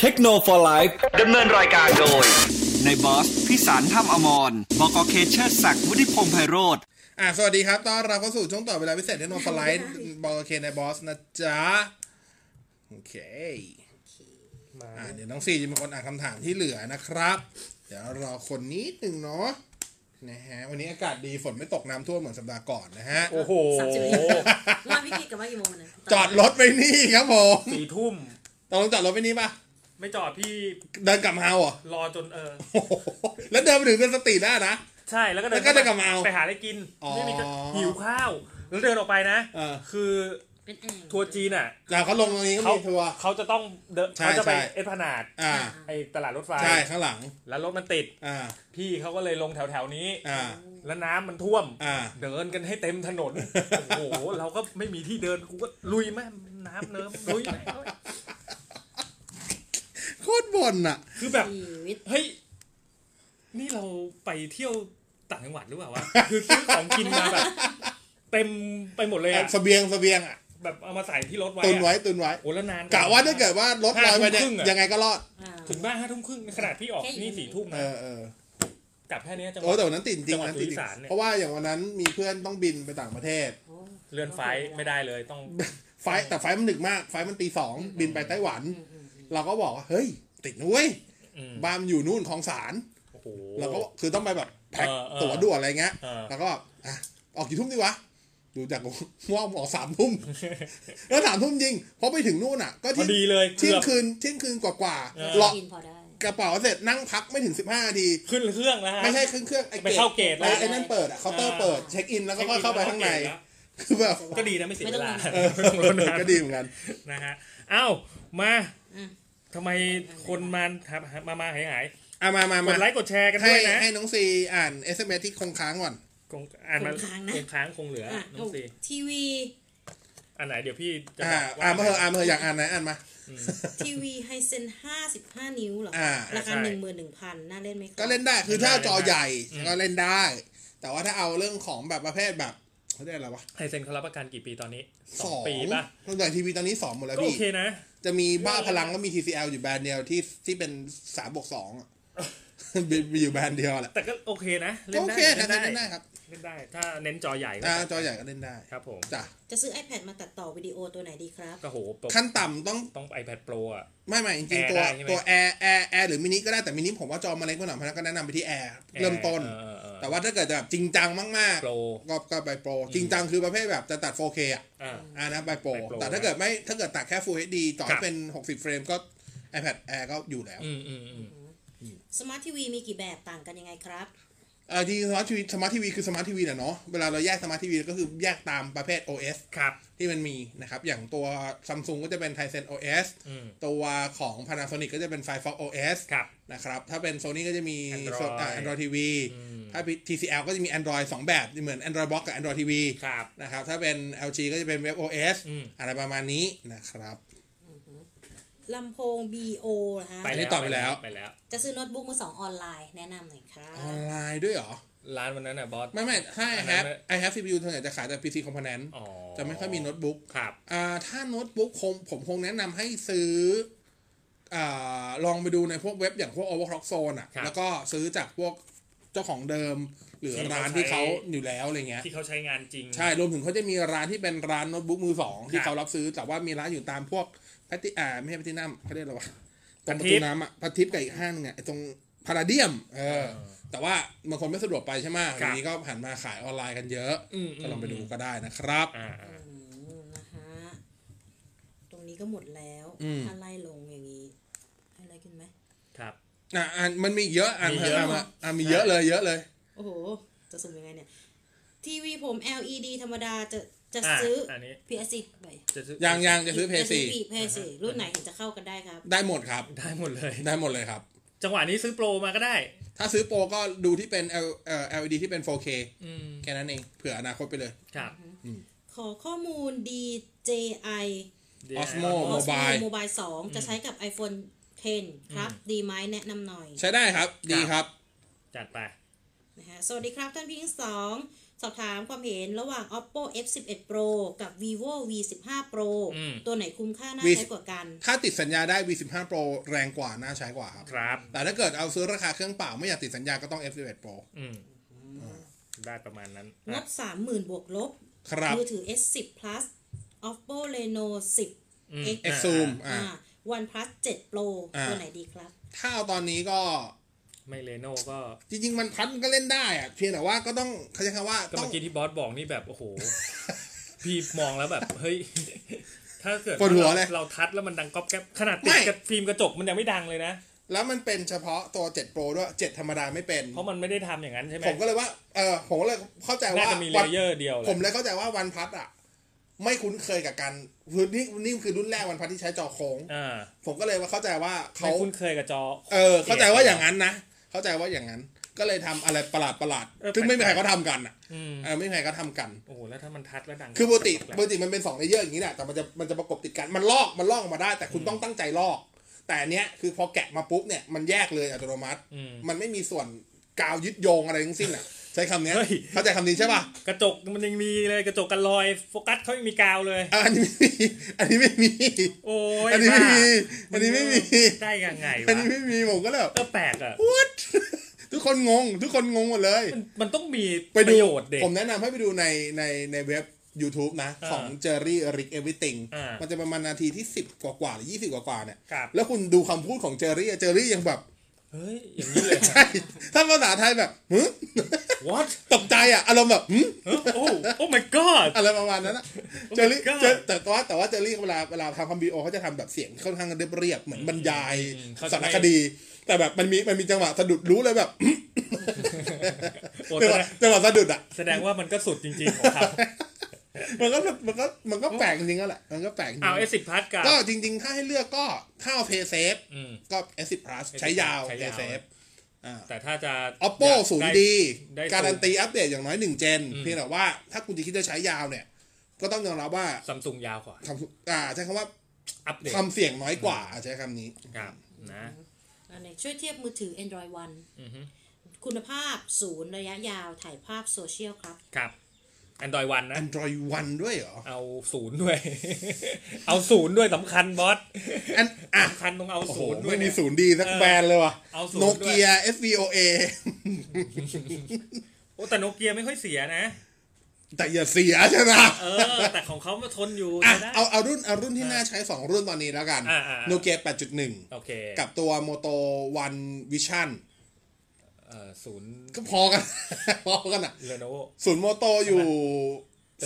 เทคโนโลยีไลฟ์ ดำเนินรายการโดย ในบอสพิสารถ้ำอมรบกเคเชอร์ศักดิ์วุฒิพงษ์ไพโรธ อ่ะสวัสดีครับ ต้อนรับเข้าสู่ช่วงต่อเวลาพิเศษเทคโนโล ยีบอกโอเคนายบอสนะจ๊ะ โอเคอ่ะเดี๋ยวน้องซีจะเป็นคนอ่านคำถามที่เหลือนะครับ เดี๋ยวรอคนนี้หนึ่งเนาะนะฮะวันนี้อากาศดีฝนไม่ตกน้ำท่วมเหมือนสัปดาห์ก่อนนะฮะ โอ้โห สามสิบนาทีว่าพี่กิจกับว่ากี่โมงนะ จอดรถไปนี่ครับผม สี่ทุ่ม ตองจอดรถไปนี่ปะ ไม่จอดพี่ เดินกลับมาเอาเหร อ รอจนเออ โอ้โหแล้วเดินไปถึงเดินสตรีทได้นะ ใช่แล้วก็เดิ แล้วก็เดินกลับมาเอา ไปหาอะไรกิน อ๋อ ไม่มีจะหิวข้าว แล้วเดินออกไปนะ เออ คือ เป็นแอ่ง ทัวร์จีนอ่ะ แต่เขาลงตรงนี้ก็ เขา มีทัวร์ เขาจะต้องเดิน ใช่ เขาจะไป ใช่ เอสพลานาด อ่า ไอตลาดรถไฟ ใช่ข้างหลัง แล้วรถมันติด อ่า พี่เขาก็เลยลงแถวแถวๆนี้ อ่า แล้วน้ำมันท่วม อ่า เดินกันให้เต็มถน น โอ้โห เราก็ไม่มีที่เดินกูก็ลุยแม่น้ำเนิมลุยแม่ โคตรบ่นอ่ะ คือแบบ ชีวิต เฮ้ย นี่เราไปเที่ยวต่างจังหวัดหรือเปล่าวะ คือซื้อของกินมาแบบ เต็มไปหมดเลยอะ เสบียงเสบียงอ่ะ แบบเอามาใส่ที่รถไว้ ตุน อะ ไว้ตุนไว้ โอ้แล้วนาน กะว่าถ้าเกิดว่ารถลอยไปเนี่ย ห้าทุ่มครึ่งอะ ยังไงก็รอด อ่า ถึงบ้านห้าทุ่มครึ่งขนาดพี่ออก แค่อยู่ นี่สี่ทุ่ม เอ นะ อเออก ลับแค่เนี้ยจังห โอ้ วะ แต่วันนั้นติดจริ จั ง งหวัด วันนั้นติดจ สุริ ริง สารเนี่ย เพราะว่าอย่างวันนั้นมีเพื่อนต้องบินไปต่างประเทศ โอ้ เลื่อนไฟล์ไม่ได้เลยต้อง ไฟล์แต่ไฟล์มันดึกมาก ไฟล์มันตีสองบินไปไต้หวัน เราก็บอกว่าเฮ้ย ติดนุ้ย อืม บ้านอยู่นู่นของสาร โอ้โห เราก็คือต้องไปแบบแพ็ค เออเออ ตั๋วด่วนอะไรเงี้ย เออ แล้วก็แบบอ่ะออกกี่ทุ่มดีวะดูจากง่วง บอกสามทุ่มแล้วสามทุ่มจริงเพราะไปถึงนู่นอ่ะ ก็ พอ เที่ยง ดีเลย เที่ เกื ยง อบ คืนเที่ยงคืนกว่า เออ ๆหลอก กินพอได้ กระเป๋าเสร็จนั่งพักไม่ถึงสิบห้านาที ขึ้นเครื่องแล้วฮะ ไม่ใช่เครื่องเครื่องไอ้ ไปเข้าเกตแล้ว ไอ้ไอ้นั่นเปิดอะเคาน์เตอร์ อ่า เปิดเช็คอินแล้วก็ค่อยเข้าไปข้างใน แล้ว คือแบบ ก็ดีนะไม่เสียเวลา เออ ไม่ต้องร อนาน ก็ดีเหมือนกัน นะฮะ เอ้า มา อืม ทำไมคนมามา มาหายหาย อ่ะมามาก มา ดไลค์กดแชร์กัน ให้ ด้วยนะ ให้น้องซีอ่าน SMS ที่คงค้างก่อน คงอ่านมา คงค้างนะ คงค้างคงเหลือ อ่ะ น้องซี ทีวี อันไหนเดี๋ยวพี่จะ อ่า บกว่ อ่านมาเถอะอ่านมาเถอะอยากอ่านไหนอ่านมา ทีวีไฮเซน55 นิ้วเหรอ อ่า ราคา 11,000น่าเล่นไหมครับ ก็เล่นได้คือถ้าจอใหญ่ก็เล่นได้ แต่ว่าถ้าเอาเรื่องของแบบประเภทแบบเขาเรียกอะไรวะ ไฮเซนเขารับประกันกี่ปีตอนนี้สองปีป่ะ ตั้งแต่ทีวีตอนนี้สองหมดแล้ว ก็โอ พี่ เคนะ จะมีบ้าพลังก็มี TCL อยู่แบรนด์เดียวที่ที่เป็นสามบวกสอง อะมีอยู่แบรนด์เดียวแหละ แต่ก็โอเคนะ เล่ ก็ น โอ ได้ เค เล่ นะ นได้ เล่นได้ครับ เล่นได้ ถ้าเน้นจอใหญ่ก็ อ่าจอใหญ่ก็เล่นได้ ครับผม จ้ะ จะซื้อ iPad มาตัดต่อวิดีโอตัวไหนดีครับ ก็โหปก ขั้นต่ำต้อง ต้อง iPad Pro อ่ะ ไม่ไม่จริ Air งๆ ตัว ได้ใช่ไหม ตัวแอร์แอร์แอร์หรือมินิก็ได้แต่มินิผมว่าจอมาเล็กกว่าหน่อยเพราะฉะนั้นก็แนะนำไปที่แอร์เริ่มต้น ออเออเออ แต่ว่าถ้าเกิดจะแบบจริงจังมาก โปร ๆ ก็ก็ไปโปร จริงจังคือประเภทแบบจะตัด 4K อ่ะ อ่า อันนั้นไปโปร ไป Pro แต่ถ้าเกิดไม่ถ้าเกิดตัดแค่ Full HD ต่อ ครั ให้ บ เป็น 60 เฟรมก็ iPad Air ก็อยู่แล้ว อืมอืมอืม สมาร์ททีวีมีกี่แบบต่างกันยังไงครับ เออจริงสมาร์ททีวีสมาร์ททีวีคือสมาร์ททีวีแหละเนาะเวลาเราแยกสมาร์ททีวีก็คือแยกตามประเภท OS ครับ ที่มันมีนะครับอย่างตัว Samsung ก็จะเป็น Tizen OS อืม ตัวของ Panasonic ก็จะเป็น Firefox OS ครับ นะครับ ถ้าเป็น Sony ก็จะมี Android อ่า Android TV ถ้าเป็น TCL ก็จะมี Android 2 แบบ เหมือน Android Box กับ Android TV ครับ นะครับ ถ้าเป็น LG ก็จะเป็น WebOS อืม อะไรประมาณนี้นะครับ ลำโพง BO นะฮะ ไป อันนี้ แล้ว ตอบไปแล้ว ไปแล้ว จะซื้อโน้ตบุ๊กมือสองออนไลน์แนะนำหน่อยครับ ออนไลน์ด้วยเหรอ ร้านวันนั้นอ่ะบอส ไม่ไม่ถ้า I อันนั้น have ไม่ I have CPU ส่วนใหญ่จะขายแต่ PC component อ๋อ จะไม่ค่อยมีโน้ตบุ๊ก ครับ อ่าถ้าโน้ตบุ๊กคงผมคงแนะนำให้ซื้ออ่าลองไปดูในพวกเว็บอย่างพวก Overclock Zone อ่ะ ครับ แล้วก็ซื้อจากพวกเจ้าของเดิม หรือ ที่เขา ร้านที่ใช้เขาอยู่แล้วอะไรเงี้ย ที่เขาใช้งานจริง ใช่ รวมถึงเขาจะมีร้านที่เป็นร้านโน้ตบุ๊กมือสองคที่รับ เขารับซื้อ แต่ว่ามีร้านอยู่ตามพวกแพทติอ่าไม่ใช่แพทตินัมเขาเรียกอะไรวะตรงปพัระททิ ตู พย์ น้ำอ่ะพัททิพย์กับอีกห้างหนึงอ่ะไอ้ตรงพาราเดียม เออ แต่ว่าบางคนไม่สะดวกไปใช่ไหมทีนี้ก็หันมาขายออนไลน์กันเยอะ ก็ลองไปดูก็ได้นะครับ อ่าอ่า อืมนะฮะ ตรงนี้ก็หมดแล้ว อืม ถ้าไล่ลงอย่างนี้ให้ไล่ขึ้นไหม ครับ อ่ะอ่านมันมีอีกเยอะอ่าน มี เถ เย อะ อะ อ่านมาอ่ะมีเยอะเลยเยอะเลย โอ้โห จะสุ่มยังไงเนี่ย ทีวีผม LED ธรรมดาจะจะ อ่ะ ซื้ออ อันนี้ PS4 ไป จะซื้อ ยังยังจะซื้อเพย์ซี เพย์ซีรุ่นไหนถึงจะเข้ากันได้ครับ ได้หมดครับ ได้หมดเลย ได้หมดเลยครับ จังหวะนี้ซื้อโปรมาก็ได้ ถ้าซื้อโปรก็ดูที่เป็น L เอ่อ LED ที่เป็น 4K อืม แค่นั้นเองเผื่ออนาคตไปเลย ครับ ขอข้อมูล DJI Osmo Osmo Mobile Mobile 2 จะใช้กับ iPhone 10 ครับ ดีไหมแนะนำหน่อย ใช้ได้ครับดีครับ จัดไป นะฮะสวัสดีครับท่านพิงสอง สอบถามความเห็นระหว่าง oppo f11 pro กับ vivo v15 pro อืม ตัวไหนคุ้มค่าน่า V- ใช้กว่ากัน ถ้าติดสัญญาได้ V15 Pro แรงกว่าน่าใช้กว่าครับ ครับ แต่ถ้าเกิดเอาซื้อราคาเครื่องเปล่าไม่อยากติดสัญญาก็ต้อง F11 Pro อืมได้ประมาณนั้น ง อ่ะ บ30,000 บวกลบ ครับ มือถือ S10 plus oppo reno อืม 10 x X Zoom อ่า one plus 7 pro อ่า ตัวไหนดีครับ ถ้าเอาตอนนี้ก็ ไม่เลโน่ก็ จริง ๆ มันพัดมันก็เล่นได้อะเพียงแต่ว่าก็ต้องเขาใช้คำว่า ก็ ต้อ เมื่ ง อกี้ที่บอสบอกนี่แบบ โอ้โห พี่มองแล้วแบบ เฮ้ย ถ้าเกิด ปวดหัวเลย เราทัดแล้วมันดังก๊อบแก๊บขนาดติด ไม่ กับฟิล์มกระจกมันยังไม่ดังเลยนะ แล้วมันเป็นเฉพาะตัว 7 Pro ด้วย 7 ธรรมดาไม่เป็น เพราะมันไม่ได้ทำอย่างนั้นใช่ไหม ผมก็เลยว่าเออผมก็เลยเข้าใจ น่า ว่า จะมีเลเยอร์เดียวแห ผ ละ มเลยเข้าใจว่าวันพัดอ่ะ ไม่คุ้นเคยกับการคือนี่นี่คือรุ่นแรกวันพัดที่ใช้จอโค้ง อ่า ผมก็เลยว่าเข้าใจว่า ไม่ เขา คุ้นเคยกับจอ เออเข้าใจว่าอย่างนั้นนะ เข้าใจว่าอย่างนั้น ก็เลยทำอะไรประหลาดประหลาดๆ เออ ซึ่งไม่มี แป ใค ล ร กๆ เขาทำกันอ่ะ อืม เออไม่มีใครเขาทำกัน โอ้โหแล้วถ้ามันทัดแล้วดัง คือปกติ แปลกๆ ปกติมันเป็นสองเลเยอร์อย่างนี้แหละแต่มันจะมันจะประกบติดกันมันลอกมันลอกออกมาได้ แต่คุณต้องตั้งใจลอก แต่อันเนี้ยคือพอแกะมาปุ๊บเนี่ยมันแยกเลยอัตโนมัติ อืม มันไม่มีส่วนกาวยึดโยงอะไรทั้งสิ้นอ่ะ ใช้คำเนี้ย เฮ้ย เข้าใจคำนี้ใช่ป่ะ กระจกมันยังมีเลยกระจกกันลอยโฟกัสเขายังมีกาวเลย อ่ะอันนี้ไม่มีอันนี้ไม่มี โอ้ย อันนี้ไม่ บ้า มีอันนี้ไม่มี ได้ยังไง อัน วะ นี้ไม่มีผมก็เลยแบบ ก็แปลกอ่ะ ทุกคนงง ทุกคนงงหมดเลย มันมันต้องมี ไป ป ดู ระโยชน์เด็ก ผมแนะนำให้ไปดูในในในเว็บ YouTube นะ อ่า ของ Jerry Rick Everything อ่ามั มันจะประมาณนาทีที่ 10 กว่ากว่าๆหรือ 20 กว่ากว่าๆเนี่ย ครับ แล้วคุณดูคำพูดของเจอรี่เจอรี่ยังแบบ เฮ้ยอย่างนี้เลย ใช่ถ้าภาษาไทยแบบหึ what ตกใจอ่ะ อารมณ์แบบหึ เออโอ้โอ้ my god อะไรประมาณนั้นอะเจอรี่ Oh my god เจอแต่ว่าแต่ว่าเจอรี่เวลาเวลาทำคำบีโอเขาจะทำแบบเสียงค่อนข้างเรียบเรียบๆเหมือนบรรยาย อืมเขาจะ สาร ไม่ คดี แต่แบบมันมีมันมีจังหวะสะดุดรู้เลยแบบหึ โอ้ จัง แสดงหวะจังหวะสะดุดอ่ะ แสดงว่ามันก็สุดจริงๆของเขา มันก็มันก็มันก็แปลกจริงๆนั่นแหละมันก็แปลกจริงๆ เอาเอสิบพัทกับ ก็จริงๆ ถ้าให้เลือกก็ถ้าเอา p a y s a f e อืม ก็ S10 Plus ใช้ยาว ใช้ p a ยาว y s a f e อ่า แต่ถ้าจะ Oppo อยากไ 0 d ได้ การันตีอัปเดตอย่างน้อย 1 เจน อืม เพียงแต่ว่าถ้าคุณจะคิดจะใช้ยาวเนี่ย ก็ต้องยอมรับว่า ซัมซุงยาวกว่า ทำอ่าใช้คำว่า อัปเดต ความเสี่ยงน้อยกว่าอ่ะใช้คำนี้ ครับนะ อันไหนช่วยเทียบมือถือ Android One อือฮึ คุณภาพศูนย์ระยะยาวถ่ายภาพโซเชียลครับ ครับ Android One นะ Android One ด้วยเหรอ เอาศูนย์ ด้วย เอาศูนย์ด้วยสำคัญบอส อันอ่ะ สำคัญต้องเอา โอ้โห ศูนย์ด้วย ไม่มี เนี่ย ศูนย์ดีสัก เออ แบรนด์เลยว่ะ เอาศูนย์ โน ด้วย เกีย SVOA โอ้แต่โนเกียไม่ค่อยเสียนะ แต่อย่าเสียใช่ไหม เออ แต่ของเขามาทนอยู่ อ่ะ ใช้ได้ เอาเอารุ่นเอารุ่นที่น่าใช้ 2 รุ่นตอนนี้แล้วกัน อ่าอ่าอ่า โนเกีย8.1 โอเค กับตัวโมโตวันวิชั่น เอ่อศูนย์ ก็พอกัน พอกันอ่ะ เรโน ศูนย์โมโตอยู่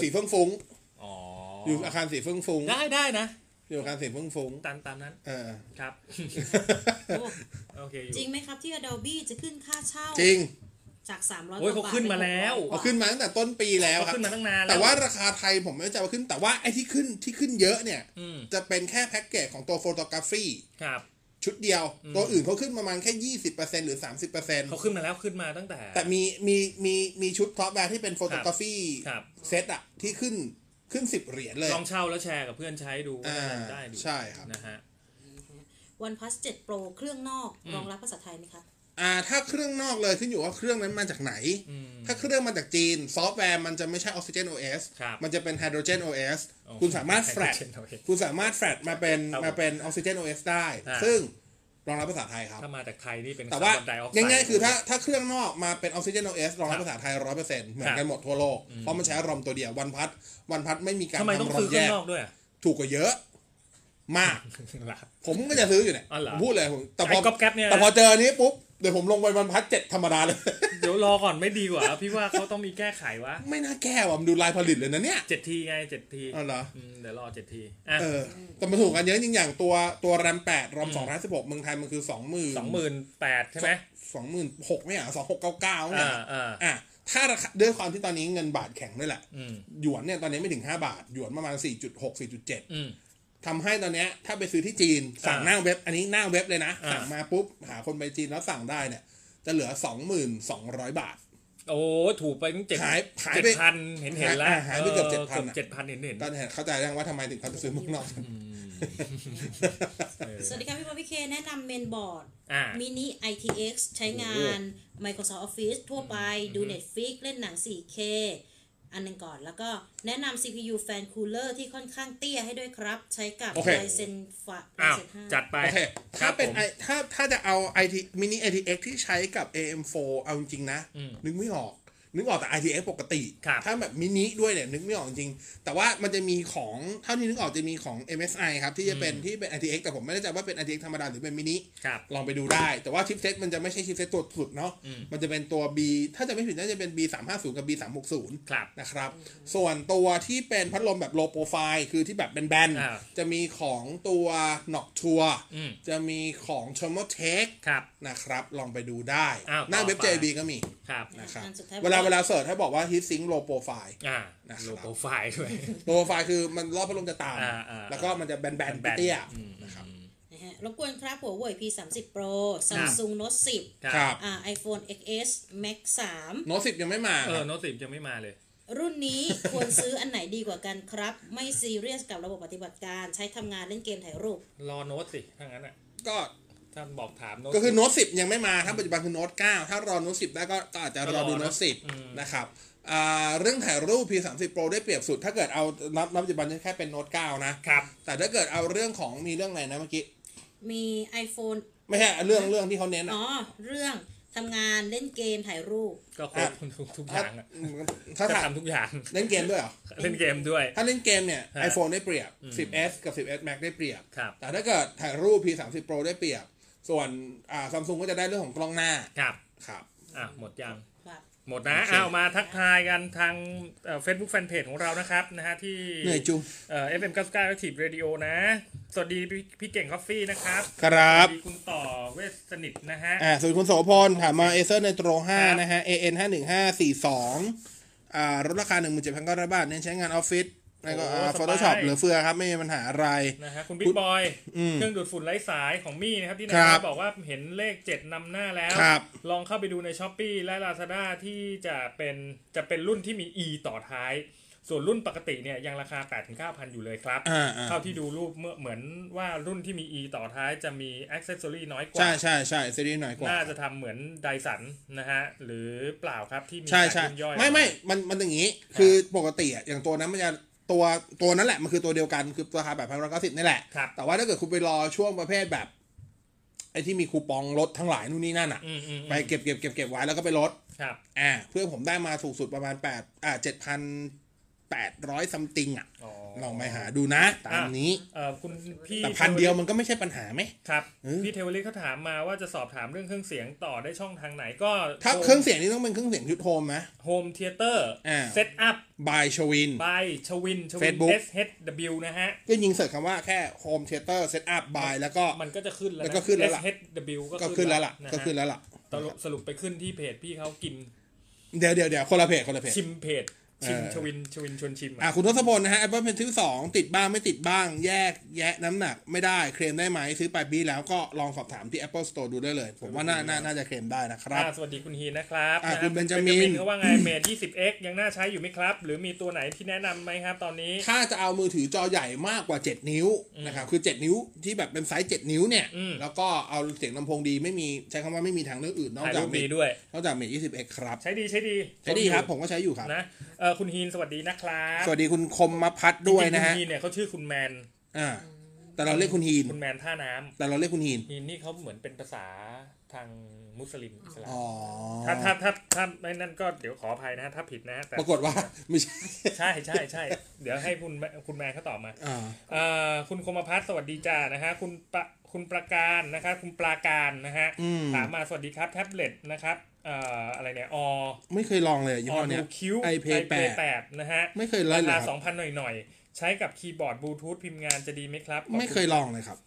สีเฟื่องฟุ้ง อ๋ออ อยู่อาคารสีเฟื่องฟุ้ง ได้ได้นะ อยู่อาคารสีเฟื่องฟุ้ง ตามตามนั้น เออ ครับ โอ้ โอเคอยู่ จริงไหมครับที่ Adobe จะขึ้นค่าเช่า จริง จาก 300 โอ้ยเขาขึ้นมาแล้ว ก เอา ว่า ขึ้นมาตั้งแต่ต้นปีแล้ว เขา ครับ ขึ้นมาตั้งนานล้ แต่ว่าราคาไทยผมไม่แน่ใจว่าขึ้นแต่ว่าไอ้ที่ขึ้นที่ขึ้นเยอะเนี่ย อืม จะเป็นแค่แพ็กเกจของตัวโฟโตกราฟี ครับ ชุดเดียว ตัวอื่นเขาขึ้นประมาณแค่ 20%หรือ 30% เขาขึ้นมาแล้วขึ้นมาตั้งแต่ แต่มีมีมีมีชุดท็อปแวร์ที่เป็นโฟโตกราฟี ครับ เซตอะที่ขึ้นขึ้นสิบเหรียญเลย ลองเช่าแล้วแชร์กับเพื่อนใช้ดูว่า อ่า น่าจะได้ดู ใช่ครับ นะฮะ วันพัส7 Pro เครื่องนอก อืม รองรับภาษาไทยไหมครับ อ่าถ้าเครื่องนอกเลยขึ้นอยู่ว่าเครื่องนั้นมาจากไหน อืม ถ้าเครื่องมาจากจีน ซอฟต์แวร์มันจะไม่ใช่ออกซิเจน OS ครับ มันจะเป็นไฮโดรเจน OS โอ้ คุณสามารถแฟลต Hydrogen OS คุณสามารถแฟลตมาเป็น ครับ มาเป็นออกซิเจน OS ได้ อ่า ซึ่งรองรับภาษาไทยครับ ถ้ามาจากไทยนี่เป็น แต่ว่า คร์บอนไดออกไซด์ ง่ายๆคือถ้าถ้าเครื่องนอกมาเป็นออกซิเจน OS รองรับ ครับ ภาษาไทยร้อยเปอร์เซ็นต์เหมือ ครั น บ กันหมดทั่วโลกเพราะมันใช้รอมตัวเดียววันพัดวันพัดไม่มีการ ทำไมต้อง ร ซื้อเค แย รื่อง ก นอกด้วยอ่ะ ถูกกว่าเยอะ มาก ล่ะ ผมก็จะซื้ออยู่เนี่ย อ๋อเหรอ ผมพูดเลยผมแต่ ไอ้ พอ ก๊อบแก๊ปเนี่ยนะ แต่พอเจอนี้ปุ๊บ เดี๋ยวผมลงไปวันพัดเจ็ดธรรมดาเลย เดี๋ยวรอก่อนไม่ดีกว่า พี่ว่าเขาต้องมีแก้ไขวะ ไม่น่าแก้ว่ะมันดูลายผลิตเลยนะเนี่ย เจ็ดทีไงเจ็ดที อ๋อเหรอ อืมเดี๋ยวรอเจ็ดทีอ่ะ เออ แต่มันถูกกันเยอะจริงอย่างตัวตัวแรมแปดรอมสองร้อยสิบหกเมืองไทยมันคือสองหมื่น สองหมื่นแปดใช่ไหม สองหมื่นหกเนี่ยสองหกเก้าเก้าเนี่ย อ่าอ่า อ่ะถ้าราคาด้วยความที่ตอนนี้เงินบาทแข็งด้วยแหละ อืม หยวนเนี่ยตอนนี้ไม่ถึง 5 บาท หยวนประมาณ 4.6 4.7 อืม ทำให้ตอนเนี้ยถ้าไปซื้อที่จีน สั่ง อ่า หน้าเว็บ อันนี้หน้าเว็บเลยนะ อ่า สั่งมาปุ๊บ หาคนไปจีนแล้วสั่งได้เนี่ย จะเหลือ 22,200 บาท โอ้ถูกไปตั้งเจ็ด หายหาย เจ็ด ไป พันเห็นเห็นแล้ว หายหายไปเกือบ7,000อะ เจ็ดพันเห็นเห็น ตอนเห็นเข้าใจยังว่าทำไมถึงเขาไปซื้อเมืองนอก เออ สวัสดีครับพี่บอลพี่เคแนะนำเมนบอร์ด อ่า มินิ ITX ใช้งาน Microsoft Office ทั่วไป ดู Netflix เล่นหนัง 4K อันหนึงก่อน แล้วก็แนะนำ CPU Fan Cooler ที่ค่อนข้างเตี้ยให้ด้วยครับ ใช้กับ โอเค Ryzen อ้าว 5 จัดไป โอเค ถ้าเป็น ครับผม ไอถ้าถ้าจะเอา IT mini ITX ที่ใช้กับ AM4 เอาจริงๆนะ อืม นึกไม่ออก นึกออกแต่ ITX ปกติ ครับ ถ้าแบบมินิด้วยเนี่ย นึกไม่ออกจริง แต่ว่ามันจะมีของเท่าที่นึกออกจะมีของ MSI ครับ ที่จะเป็นที่เป็น ITX แต่ผมไม่แน่ใจว่าเป็น ITX ธรรมดาหรือเป็นมินิ ครับ ลองไปดูได้ แต่ว่าชิปเซ็ตมันจะไม่ใช่ชิปเซ็ตตัวสุดเนาะ อืม มันจะเป็นตัว B ถ้าจะไม่ผิดน่าจะเป็น B 3 5 0กับ B 3 6 0 ครับ นะครับ ส่วนตัวที่เป็นพัดลมแบบ low profile คือที่แบบแบน อ่า ๆ จะมีของตัว n o c t u r อืม จะมีของ t h e r m o t e c ครับ นะครับ ลองไปดูได้ อ้าว หน้าเว็บ ต่อไป JB ก็มี ครับ นะครับ อันสุดท้าย เวลาเวลาเสิร์ชให้บอกว่า heat sink low profile อ่า นะครับ โลโปรไฟล์ด้วย low profile คือมันรอบพัดลมจะตาม อ่าอ่า แล้วก็มันจะแบนๆเตี้ย อืม ๆนะครับ 5นะฮะรบกวนครับ หัวเว่ย P30 Pro Samsung Note ครับ ครับ 10อ่า iPhone XS Max 3 โน้ตสิบยังไม่มา เอ ค อ รับ โน้ตสิบยังไม่มาเลย รุ่นนี้ ควรซื้ออันไหนดีกว่ากันครับ ไม่ซีเรียสกับระบบปฏิบัติการใช้ทำงานเล่นเกมถ่ายรูป รอโน้ตสิถ้างั้นอ่ะ ก็ ถ้าบอกถามโน้ต ก็คือโน้ตสิยังไม่มาถ้าปัจจุบันคือโน้ตเก้าถ้ารอโน้ตสิได้ก็อาจจะรอดู ก็รอนะ โน้ตสิ อืม นะครับอ่าเรื่องถ่ายรูป P30 Pro ได้เปรียบสุด ถ้าเกิดเอานับนับปัจจุบันแค่เป็นโน้ต9นะ ครับ แต่ถ้าเกิดเอาเรื่องของมีเรื่องอะไรนะเมื่อกี้ มี iPhone ไม่ใช่เรื่องเรื่องที่เขาเน้นอะ อ๋อ เรื่องทำงานเล่นเกมถ่ายรูป ก็ครบทุกทุกอย่างอะ ถ้า จะ ถ่าย ทำทุกอย่าง เล่นเกมด้วยเหรอ เล่นเกมด้วย ถ้าเล่นเกมเนี่ย ฮะ iPhone ได้เปรียบ 10s กับ 10s Max ได้เปรียบ ครับ แต่ถ้าเกิดถ่ายรูป P30 Pro ได้เปรียบ ส่วนอ่าซัมซุงก็จะได้เรื่องของกล้องหน้า ครับ ครับ อ่ะหมดยัง ครับ หมดนะ โอเค เอามาทักทายกันทางเฟซบุ๊กแฟนเพจของเรานะครับนะฮะที่ เหนื่อยจุง เอ่อ FM 99 Active Radio นะ สวัสดีพี่พี่เก่งคอฟฟี่นะครับ ครับ สวัสดีคุณต่อเวสสนิทนะฮะ อ่าส่วนคุณโสพลถามมาเอเซอร์ในโตร ครับ 5นะฮะ AN 5 1 5 4 2อ่ารถราคา 17,900 บาท เน้นใช้งานออฟฟิศแล้วก็อ่า Photoshop เหลือเฟือครับ ไม่มีปัญหาอะไร นะฮะคุณบิ๊กบอย อืม เครื่องดูดฝุ่นไร้สายของมี่นะครับ ที่นา ครั ย บ บอกว่าเห็นเลข 7นำหน้าแล้ว ครับ ลองเข้าไปดูใน s h อ p e e และ Lazada ที่จะเป็นจะเป็นรุ่นที่มี E ต่อท้าย ส่วนรุ่นปกติเนี่ยยังราคา 8-9,000 อยู่เลยครับ อ่าอ่า เท่าที่ดูรูปเมื่อเหมือนว่ารุ่นที่มี E ต่อท้ายจะมีอ c เซสซอรีน้อยกว่า ใช่ใช่ใช่ซีรีส์หน่อยกว่า น่าจะทำเหมือนไดสันนะฮะ หรือเปล่าครับที่มี ใช่ใช่ สายรุ่นย่อย ไม่ไม่มันมันอย่างนี้ คือปกติอะอย่างตัวนั้นมันจะตัวตัวนั้นแหละ มันคือตัวเดียวกัน คือราคาแบบพันร้อยเก้าสิบนี่แหละ ครับ แต่ว่าถ้าเกิดคุณไปรอช่วงประเภทแบบ ไอ้ที่มีคูปองลดทั้งหลายนู่นนี่นั่นอ่ะ อืมอืมอืม ไปเก็บเก็บเก็บเก็บไว้แล้วก็ไปลด ครับ อ่าเพื่อนผมได้มาถูกสุดประมาณ 8 อ่า 7,800ซัมติงอ่ะ อ๋อ ลองไปหาดูนะ ตามนี้ เอ่อคุณพี่ แต่พันเดียวมันก็ไม่ใช่ปัญหาไหม ครับ เออ พี่เทวลิศเขาถามมาว่าจะสอบถามเรื่องเครื่องเสียงต่อได้ช่องทางไหนก็ ถ้าเครื่องเสียงนี่ต้องเป็นเครื่องเสียงยุดโฮมนะ โฮมเทเตอร์ อ่า เซตอัพ บายชวิน บายชวินชวิน Facebook S H W นะฮะ ก็ยิงเสิร์ชคำว่าแค่โฮมเทเตอร์เซตอัพบายแล้วก็ มันก็จะขึ้นแล้ว แล้ นะ วก็ขึ้นแล้วล่ะ S H W ก็ ก็ ขึ้นแล้วล่ะ ฮ ก็ขึ้นแล้วล่ะ สรุปสรุปไปขึ้นที่เพจพี่เขากิน เดี๋ยวเดี๋ยวเดี๋ยวคนละเพจคนละเพจ ชิมเพจ ชิม เออ ชวินชวินชวนชิมอะ อ่ะคุณทศพลนะฮะ Apple Pen ที่สองติดบ้างไม่ติดบ้างแยกแยะน้ำหนักไม่ได้เคลมได้ไหมซื้อไปปีแล้วก็ลองสอบถามที่ Apple Store ดูได้เลย ผมว่าน่าน่าน่าจะเคลมได้นะครับ อ่าสวัสดีคุณฮีนนะครัอ่าบะ คุณเบนจามิน เขาว่าไงเมท 20x ยังน่าใช้อยู่ไหมครับ หรือมีตัวไหนที่แนะนำไหมครับ ตอนนี้ ถ้าจะเอามือถือจอใหญ่มากกว่า 7 นิ้วนะครับคือ 7 นิ้วที่แบบเป็นไซส์ 7 นิ้วเนี่ย อืม แล้วก็เอาเสียงลำโพงดีไม่มีใช้คำว่าไม่มีทางเลือกอื่นนอก ถ่าย จา รู ก ป เม ดี ท ด้วย นอกจากเมท20 x ครับ ใช้ดีใช้ดี ใช้ดีครับ ผมก็ใช้อยู่ครับ นะเอ่อคุณฮีนสวัสดีนะครับ สวัสดีคุณคมมาพัดด้วยนะฮะ จริงๆคุณฮีเนี่ยเขาชื่อคุณแมน อ่าแต่เราเรียกคุณฮีน คุณแมนท่าน้ำ แต่เราเรียกคุณฮีน ฮีนี่เขาเหมือนเป็นภาษาทางมุสลิมอิสลาม อ๋อ ถ้าถ้าถ้าถ้าไม่นั่นก็เดี๋ยวขออภัยนะฮะถ้าผิดนะฮะแต่ ปรากฏว่า ไม่ใช่ ใช่ใช่ใช่เดี๋ยวให้คุณแมคุณแมนเขาตอบมา อ่า เอ่อคุณคมพัฒน์สวัสดีจ้านะฮะคุณปะคุณประการนะครับคุณปราการนะฮะถามมาสวัสดีครับแท็บเล็ตนะครับเอ่ออะไรเนี่ยอ ไม่เคยลองเลยยี่ อ ห้อ นู เนี้ย คิว iPad แปดนะฮะ ไม่เคยเลย รา เหรอ คาสครั อบ งพันหน่อยหน่อยๆ ใช้กับคีย์บอร์ดบลูทูธพิมพ์งานจะดีไหมครับขอบณ ไม่เคยลองเลยครับ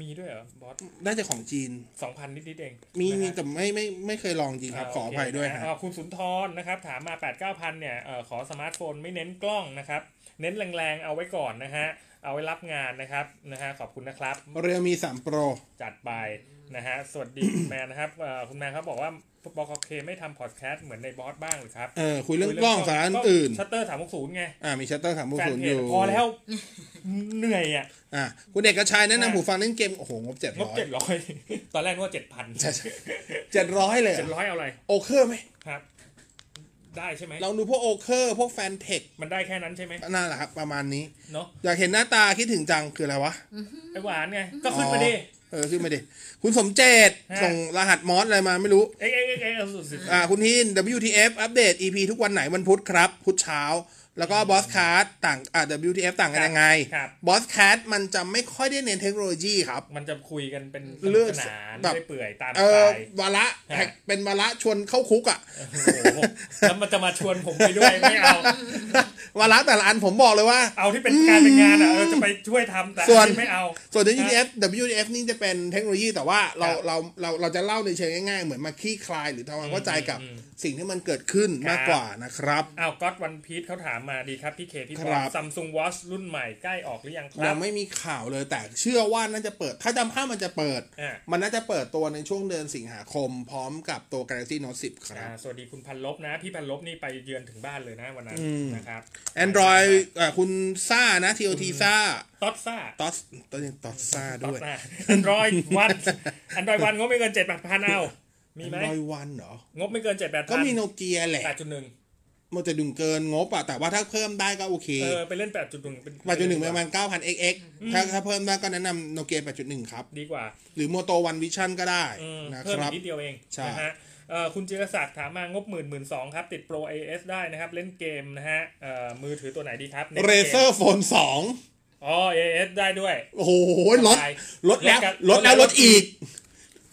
มีด้วยเหรอบอส น่าจะของจีน สองพันนิดๆเอง มี นะฮะ มีแต่ไม่ไม่ไม่เคยลองจริงครับ า ขออภัย โเค ด้วย นะ ฮะ อ่าคุณสุนทรนะครับ ถามมา8 9 0 0 0เนี่ยเอ่อขอสมาร์ทโฟนไม่เน้นกล้องนะครับ เน้นแรงๆ เอาไว้ก่อนนะฮะ เอาไว้รับงานนะครับนะฮะขอบคุณนะครับ เรียวมี3 Pro จัดไปนะฮะสวัสดี คุณแมนนะครับเอ่อคุณแมนเขาบอกว่าบอเคไม่ทำพอดแคสต์เหมือนในบอสบ้างหรือครับ เออคุยเรื่องกล้องสาระอื่น ชัตเตอร์สามหกศูนย์ไง ๆอ่ามีชัตเตอร์สาม แฟน ศูนย์ เพ อ จ ยู่ พอแล้วเหนื่อยอ่ะ อ่าคุณเอกชัยแนะ อ่ะ นำหูฟังเล่นเกม โอ้โห งบเจ็ด งบ ร้อย เจ็ดร้อย ตอนแรกนึกว่าเจ็ดพัน ใช่เจ็ดร้อยเลย เจ็ดร้อยเอาอะไร โอเคอร์ไหม ครับ ได้ใช่ไหม ลองดูพวกโอเคอร์พวกแฟนเทค มันได้แค่นั้นใช่ไหม นั่นแหละครับ ประมาณนี้ เนาะ อยากเห็นหน้าตาคิดถึงจังคืออะไรวะ ไอหวานไงก็ขึ้นมาดิ เออขึ้นมาดิ คุณสมเจต ฮะ ส่งรหัสมอสอะไรมาไม่รู้ เอ้ยเอ้ยเอ้ยเอ้ยเอาสุดสิ อ่า คุณทิน WTF อัปเดต EP ทุกวันไหนวันพุธครับ พุธเช้า แล้วก็บอสคาร์ต่าง อ่า WTF ต่างกันยังไง ครับ บอสคาร์มันจะไม่ค่อยได้เน้นเทคโนโลยีครับ มันจะคุยกันเป็น เลือก สนุกสนาน แบบ ไม่ได้เปื่อยตาม เอ สไต อ ล์ วาระ ฮะ แท็กเป็นวาระชวนเข้าคุกอ่ะ โอ้โหแล้ว มันจะมาชวนผมไปด้วยไม่เอา วาระแต่ละอันผมบอกเลยว่า เอาที่เป็นการเป็นงานอ่ะเออจะไปช่วยทำแต่ ส่วน อันนี้ไม่เอา ส่วน WTF WTF นี่จะเป็นเทคโนโลยีแต่ว่าเรา ครับ เราเราเราจะเล่าในเชิงง่ายๆ เหมือนมาขี้คลายหรือทำความเข้าใจกับ อืมอืม สิ่งที่มันเกิดขึ้นมาก ครับ กว่านะครับ เอาก็ o วันพี e เขาถามมาดีครับ พี่เคพี่บ ค อ รั ล บ ซัมซุงวอชรุ่นใหม่ใกล้ออกหรือยังครั ยั บ งไม่มีข่าวเลยแต่เชื่อว่าน่าจะเปิด ถ้าจำภาพมันจะเปิด อ่า มันน่าจะเปิดตัวในช่วงเดือนสิงหาคม พร้อมกับตัว Galaxy Note 10 ครับ อ่าสวัสดีคุณพันลบนะ พี่พันลบนี่ไปเยือนถึงบ้านเลยนะวันนั้นนะครับ Android เอ่อคุณซ่านะ TOT ซ่า ตอดซ่า ตอสตัวนี้ตอสซ่า ตอ ด้ ด วย ซ่าอันดรอยวันอันดรอยวันงบไม่เกินเจ็ดแปดพันเอา มีไหม Android One เหรอ งบไม่เกินเจ็ดแปด ก็ พัน มีโนเกียแหละ แปดจุดหนึ่ง มันจะดึงเกินงบอะแต่ว่าถ้าเพิ่มได้ก็โอเค เออไปเล่นแปดจุดหนึ่ง ปัจจุบันหนึ่งประมาณ 9,000 xx ถ้าถ้าเพิ่มได้ก็แนะนำโนเกีย8.1 ครับ ดีกว่า หรือ Moto One Vision ก็ได้ อืม นะ เพิ่ม ค อี รับ กนิดเดียวเอง ใช่ นะฮะเอ่อคุณจิรศักดิ์ถามมางบหมื่นหมื่นสองครับ ติดโปร AS ได้นะครับ เล่นเกมนะฮะเอ่อมือถือตัวไหนดีครับ Next Gen Razer Phone อ๋อ AS ได้ด้วย 2 โอ้โหลด สบาย ลดแล้ว ลดกัน ลดแล้ว ลดกัน ลดอีก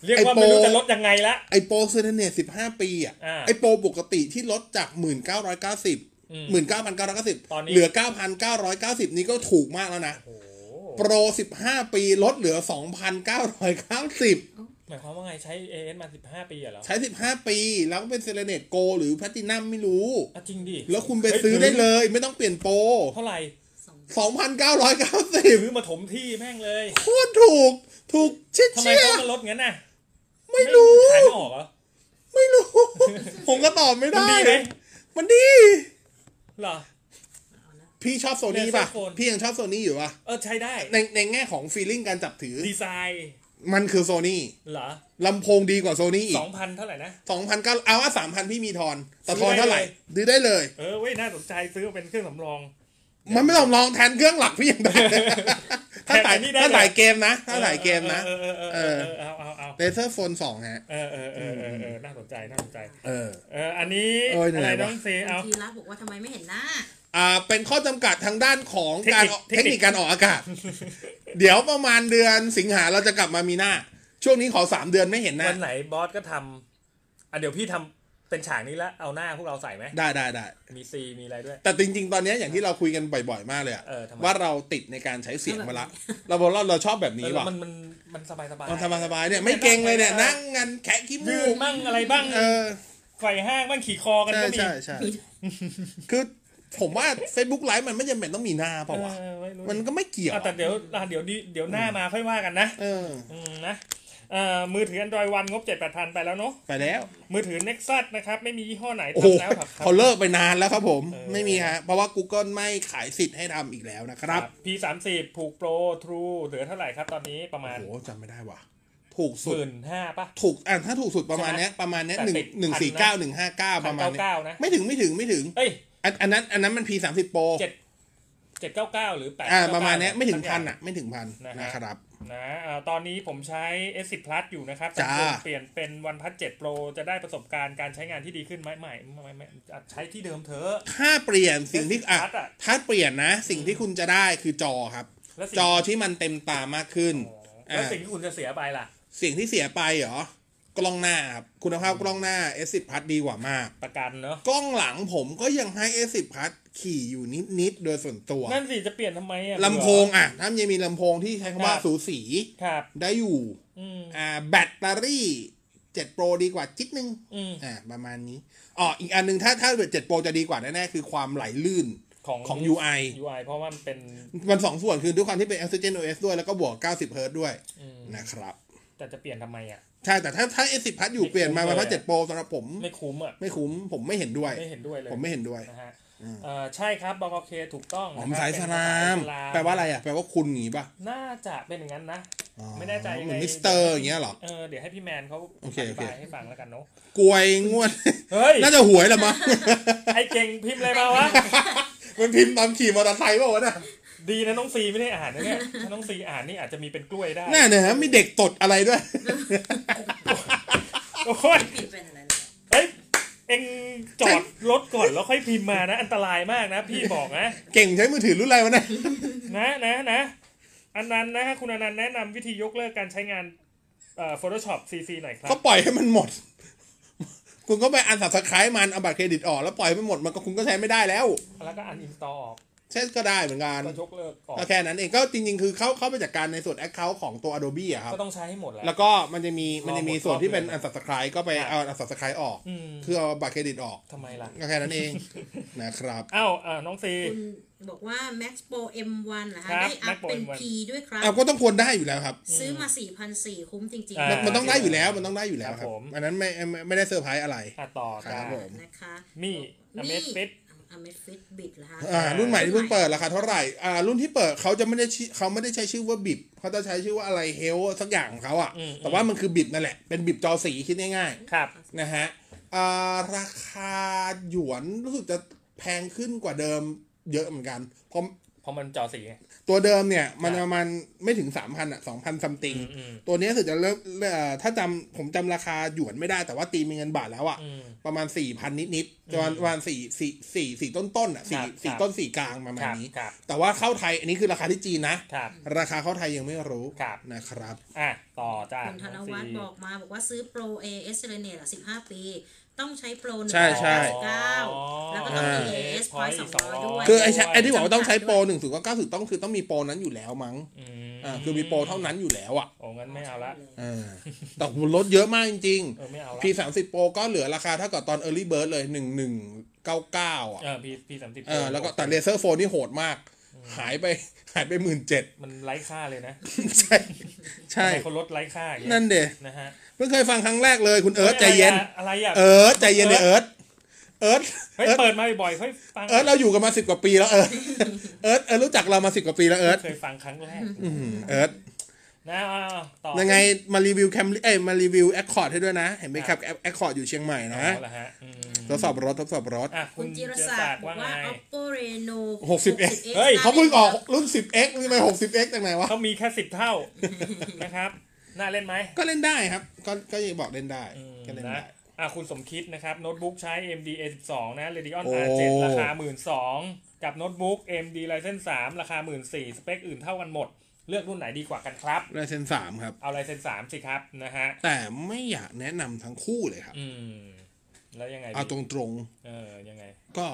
เรียก ไอ้ ว่า โปร ไม่รู้จะลดยังไงละ ไอโปรเซอร์เนต15 ปีอ่ะ อ่า ไอโปรปกติที่ลดจาก 1990 ตอนนี้ 19,990 เหลือ 9,990 นี่ก็ถูกมากแล้วนะ โอ้โห โปร 15 ปีลดเหลือ 2,990 หมายความว่าไงใช้ AS มา 15 ปีเหรอ ใช้ 15 ปี แล้วก็เป็นเซเลเนตโกหรือแพตตินัมไม่รู้ อ่ะจริงดิ แล้วคุณไปซื้อได้เลย ไม่ต้องเปลี่ยนโปร เท่าไหร่ สอง 2,990 ซื้อมาถมที่แม่งเลย โคตรถูก ถูกเชี่ย ทำไม เชี่ย เขามาลดงั้นน่ะ ไม่รู้ ขายไม่ออกเหรอ ไม่รู้ ผมก็ตอบไม่ มัน ได้ ดีไหม มันดี เหรอ พี่ชอบโซนี่ป่ะ เนี่ยเสื้อโฟน พี่ยังชอบโซนี่อยู่ป่ะ เออใช้ได้ ในในแง่ของฟีลลิ่งการจับถือ ดีไซน์ มันคือโซนี่ เหรอ ลำโพงดีกว่าโซนี่อี ส ก องพันเท่าไหร่นะ สองพันเก้าเอาว่าสามพันพี่มีทอน แต่ทอนเท่าไหร่ดื้อได้เลย เออเว้ยน่าสนใจซื้อมาเป็นเครื่องสำรอง มันไม่ต้องลองแทนเครื่องหลักพี่ยังได้ ถ้าสาย แทนอันนี้ได้เลย ถ้าสายเกมนะ ถ้าสายเกมนะ เออเออเออเออเออเอาเอาเอา เลเซอร์โฟนสองฮะ เออเออเออเออเออน่าสนใจน่าสนใจ เออ เอออันนี้ โอ้ยเหนื่ อะ อย ไร ว่ะ น้องเซเอา ทีละบอกว่าทำไมไม่เห็นหน้า อ่าเป็นข้อจำกัดทางด้านของการออก เท เท ค ค นิ นิ ค คการออกอากาศ เดี๋ยวประมาณเดือนสิงหาเราจะกลับมามีหน้า ช่วงนี้ขอสามเดือนไม่เห็นหน้า วันไหนบอสก็ทำอ่ะเดี๋ยวพี่ทำเป็นฉากนี้ละเอาหน้าพวกเราใส่ไหม ได้ได้ได้ มีซีมีอะไรด้วย แต่จริง ๆ ตอนเนี้ยอย่างที่เราคุยกันบ่อย ๆ มากเลยอะ เออทำไม ว่าเราติดในการใช้เสียงมาละ เราบอกเราเราชอบแบบนี้ เออ ว่ะ มันมันมันสบายสบาย มันสบายๆเนี่ยไม่เก่งเลยเนี่ยนั่งงันแคะขี้มู ยืน ก มั่งอะไรบ้าง เออ ไขว่ห้างบ้างขี่คอกัน ใช่ ก็มี ใช่ใช่ คือผมว่า Facebook ไลฟ์มันไม่จำเป็นต้องมีหน้าเปล่าวะ เออไรู้ มันก็ไม่เกี่ยว อ่ะแต่เดี๋ยวอ่ะเดี๋ยวดีเดี๋ยวหน้ามาค่อยว่ากันนะ เออ อืมนะเอ่อมือถือ Android One งบ7,800ไปแล้วเนาะ ไปแล้ว มือถือ Nexus นะครับ ไม่มียี่ห้อไหน โอ้โห ทำแล้วครับ เขาเลิกไปนานแล้วครับผม ไม่มีฮะ เพราะว่า Google ไม่ขายสิทธิ์ให้ทำอีกแล้วนะค ค รั รับ บ P30 ผูกโปร True เหลือเท่าไหร่ครับตอนนี้ประมาณ โอ้โหจำไม่ได้ว่ะ ถูกสุ ห ด มื่นห้าป่ะ ถูกอ่ะถ้าถูกสุดประมาณเนี้ยประมาณเนี้ยหนึ่ง แต่ติด หนึ่งสี่ พั เก้าน หนึ่งห้าเก้า พั ป น ระมาณ เก้า เนี้ เก้าย นะ ไม่ถึงไม่ถึงไม่ถึง เอ้ย อันอันนั้นอันนั้นมัน P สามสิบโปร เจ็ดเจ็ดเก้าเก้าหรือแปด อ่าประมาณเนี้ยไม่ถึงพัน อ่ะ อ่ะ ไม่ถึงพัน นะฮะ นะครับ นะเอ่อตอนนี้ผมใช้ S10 Plus อยู่นะครับ จ้า ผมเปลี่ยนเป็น OnePlus 7 Pro จะได้ประสบการณ์การใช้งานที่ดีขึ้นไหมไม่ไม่ไม่ไม่อ่ะใช้ที่เดิมเถอะ ถ้าเปลี่ยนสิ่งที่อ่ะ Plus อ่ะ ถ้าเปลี่ยนนะ สิ่งที่คุณจะได้คือจอครับ แล้วสิ่ง จอที่มันเต็มตามากขึ้น แล้ว อ่า สิ่งที่คุณจะเสียไปล่ะ สิ่งที่เสียไปเหรอกล้องหน้าครับคุณภาพกล้องหน้า S10 พัดดีกว่ามาก ประกันเนอะ กล้องหลังผมก็ยังให้ S10 พัดขี่อยู่นิด ๆ โดยส่วนตัว นั่นสิจะเปลี่ยนทำไมอ่ะ ลำโพงอ่ะ ถ้ามันยังมีลำโพงที่ใช้คำว่า ครับ สูสี ครับ ได้อยู่ อืม อ่าแบตเตอรี่ 7 Pro ดีกว่าจิตนึง อืม อ่าประมาณนี้อ๋ออีกอันหนึงถ้าถ้าเกิด7 Pro จะดีกว่าแน่ ๆ คือความไหลลื่น ของ ของ UI UI เพราะว่ามันเป็น มันสองส่วนคือด้วยความที่เป็น Oxygen OS ด้วยแล้วก็บวก 90 Hz ด้วย อืม นะครับ แต่จะเปลี่ยนทำไมอ่ะ ใช่แต่ถ้าถ้า S10 พัดอยู่ ไม่ เปลี่ยนมา คุ้ม มา เลย พัด อะ เจ็ดโปรสำหรับผม ไม่คุ้มอ่ะ ไม่คุ้มผมไม่เห็นด้วย ไม่เห็นด้วยเลย ผมไม่เห็นด้วย นะฮะเอ่อใช่ครับบกเคถูกต้อง ผ นะ ม ค สา รับ ย เป็ ส น ลาม สย แปลว่าอะไรอ่ะแปลว่าคุณอย่างงี้ป่ะ น่าจะเป็นอย่างนั้นนะ อ๋อ ไม่แน่ใจยัง เห ไง มือนมิสเตอร์อย่างเงี้ยเหรอ เออเดี๋ยวให้พี่แมนเขา โอเค อธิ โอเค บายให้ฟังแล้วกันเนาะ กวยงวด เฮ้ย น่าจะหวยแหละมั้ง ไอเก่งพิมพ์อะไรมาวะ มันพิมพ์ตอนขี่มอเตอร์ไซค์ป่าวะน่ะ ดีนะน้องซีไม่ได้อ่านนะเนี่ยถ้าน้องซีอ่านนี่อาจจะมีเป็นกล้วยได้ น่าเนี่ยฮะมีเด็กตดอะไรด้วย โอ้ย ผิดเป็นอะไรเลย เอ้ยเอ็งจอดรถก่อนแล้วค่อยพิมพ์มานะ อันตรายมากนะ พี่บอกนะ เก่งใช้มือถือรุ่นอะไรวะเนี่ย นะนะนะอันนั้นนะฮะคุณอนันต์แนะนำวิธียกเลิกการใช้งานเอ่อ Photoshop CC หน่อยครับ ก็ปล่อยให้มันหมด คุณก็ไปอันสับสคายมันเอาบัตรเครดิตออกแล้วปล่อยให้มันหมดมันก็คุณก็ใช้ไม่ได้แล้ว แล้วก็อันอินสตอลออก ใช่ก็ได้เหมือนกัน ก็ยกเลิกออก ก็แค่นั้นเองก็จริงๆ คือเข้าเข้าไปจัดการในส่วน Account ของตัว Adobe อะครับ ก็ต้องใช้ให้หมดแหละ แล้วก็มันจะมีมันจะมีส่วนที่เป็น รอหมดรอบ อันสับสคายก็ไป ครับ เอาอันสับสคายออก อืม คือเอาบัตรเครดิตออก ทำไมล่ะ ก็แค่นั้นเอง นะครับ อ้าวเอ่อน้องซี คุณบอกว่า Max Pro M1 เหรอ ค ฮะ รับ ได้อั Max พ Pro เป็น M1 P ด้วยครับ เอาก็ต้องควรได้อยู่แล้วครับ ซื้อมา 4,400 คุ้มจริง อ่า ๆ มันมันต้องได้อยู่แล้ว ครับ มันต้องได้อยู่แล้วค ครั รับบ ผม อันนั้นไม่ไม่ไม่ได้เซอร์ไพรส์อะไร อ่ะต่อ ค จ้า รับผม นะคะ มี่ Amazfit อเมฟิตบิดเหรอฮะ อ่ารุ่นใหม่ที่เพิ่งเปิดราคาเท่าไหร่อ่ารุ่นที่เปิดเขาจะไม่ได้ชื่อเขาไม่ได้ใช้ชื่อว่าบิบเขาจะใช้ชื่อว่าอะไรเฮลสักอย่างของเขาอ่ะ อืม แต่ว่ามันคือบิบนั่นแหละ เป็นบิบจอสีคิดง่าย ครับ ๆนะฮะอ่าราคาหยวนรู้สึกจะแพงขึ้นกว่าเดิมเยอะเหมือนกันเพราะ เพราะมันจอสีไง ตัวเดิมเนี่ยมัน ครับ ประมาณไม่ถึง 3,000อ่ะ2,000ซัมติง อืมอืม ตัวเนี้ยรู้สึกจะเริ่มเอ่อถ้าจำผมจำราคาหยวนไม่ได้แต่ว่าตีเป็นเงินบาทแล้วอ่ะ อืม ประมาณสี่พันนิดนิดๆประมาณประมาณสี่สี่สี่สี่ต้นต้นๆอ่ะสี่ ครับ สี่ ครับ ต้นสี่กลางประมา ค ณ รับ นี้ ครับ แต่ว่าเข้าไทยอันนี้คือราคาที่จีนนะ ครับ ราคาเข้าไทยยังไม่รู้ ครับ นะครับ อ่ะต่อจ้า คุณธนวัฒน์บอกมาบอกว่าซื้อโปร AS s e l e n i u m 15 ปี ต้องใช้โปร ใช่ใช่ 199แล้วก็ต้องมี อ่า AS Point 200 ด้วย คือไอ้ใช่ไอ้ที่บอกว่า จำกัด ต้องใช้โปร ด้วย หนึ่งเก้าต้องคือต้องมีโปรนั้นอยู่แล้วมั้งอ่าคือมีโปรเท่านั้นอยู่แล้วอ่ะ โอ้งั้นไม่เอาละ เออแต่ลดเยอะมากจริง เออไม่เอา ๆ ละ P 3 0 Pro ก็เหลือราคาเท่ากับตอน Early Bird เลย 1199อ่ะ เออพีพีสามสิบ เออแล้วก็แต่เลเซอร์โฟนนี่โหดมาก หายไปหายไปหมื่นเจ็ด มันไร้ค่าเลยนะ ใช่ใช่ ทำไมคนลดไร้ค่าอย่างเงี้ย นั่นเด นะฮะ เพิ่งเคยฟังครั้งแรกเลยคุณเอิร์ธใจเย็น อะไรอ่ะ เอิร์ธใจเย็นเลยเอิร์ธเอิร์ธ เฮ้ย เอิร์ธ เปิดมาบ่อยๆเฮ้ยฟัง เอิร์ธเราอยู่กันมาสิบกว่าปีแล้วเอิร์ธเอิร์ธเอิร์ธรู้จักเรามาสิบกว่าปีแล้วเอิร์ธ เคยฟังครั้งแรก อืมเอิร์ธ นะเอาเอาต่อ ยังไงมารีวิวแคมเอ้ยมารีวิวแอคคอร์ดให้ด้วยนะ เห็นไหมครับแอคคอร์ดอยู่เชียงใหม่ เอา นะ ละฮะอืม ทดสอบรถทดสอบรถ อ่ะคุ คุณ ณจิ จิ ร ร ศั ศักกดิ์ ดิ์ บอ ว่าก ว่า ไง Oppo Reno หกสิบเอ็ก 60X เฮ้ยเขาเพิ่งออกรุ่นสิบเอ็กทำไมหกสิบเอ็กจากไหนวะ เขามีแค่สิบเท่านะครับน่าเล่นไหม ก็เล่นได้ครับ ก็ก็ยังบอกเล่นได้ อืม ก็เล่น นะ ได้ อ่ะคุณสมคิดนะครับโน้ตบุ๊กใช้ AMD A12 นะ Radeon โอ้ R7 ราคา 12,000กับโน้ตบุ๊ก AMD Ryzen 3 ราคา 14,000สเปคอื่นเท่ากันหมด เลือกรุ่นไหนดีกว่ากันครับ ไลเซนสามครับ เอา Ryzen 3สิครับนะฮะ แต่ไม่อยากแนะนำทั้งคู่เลยครับ อืมแล้วยังไงดี เอาตรงๆ เออยังไง ก็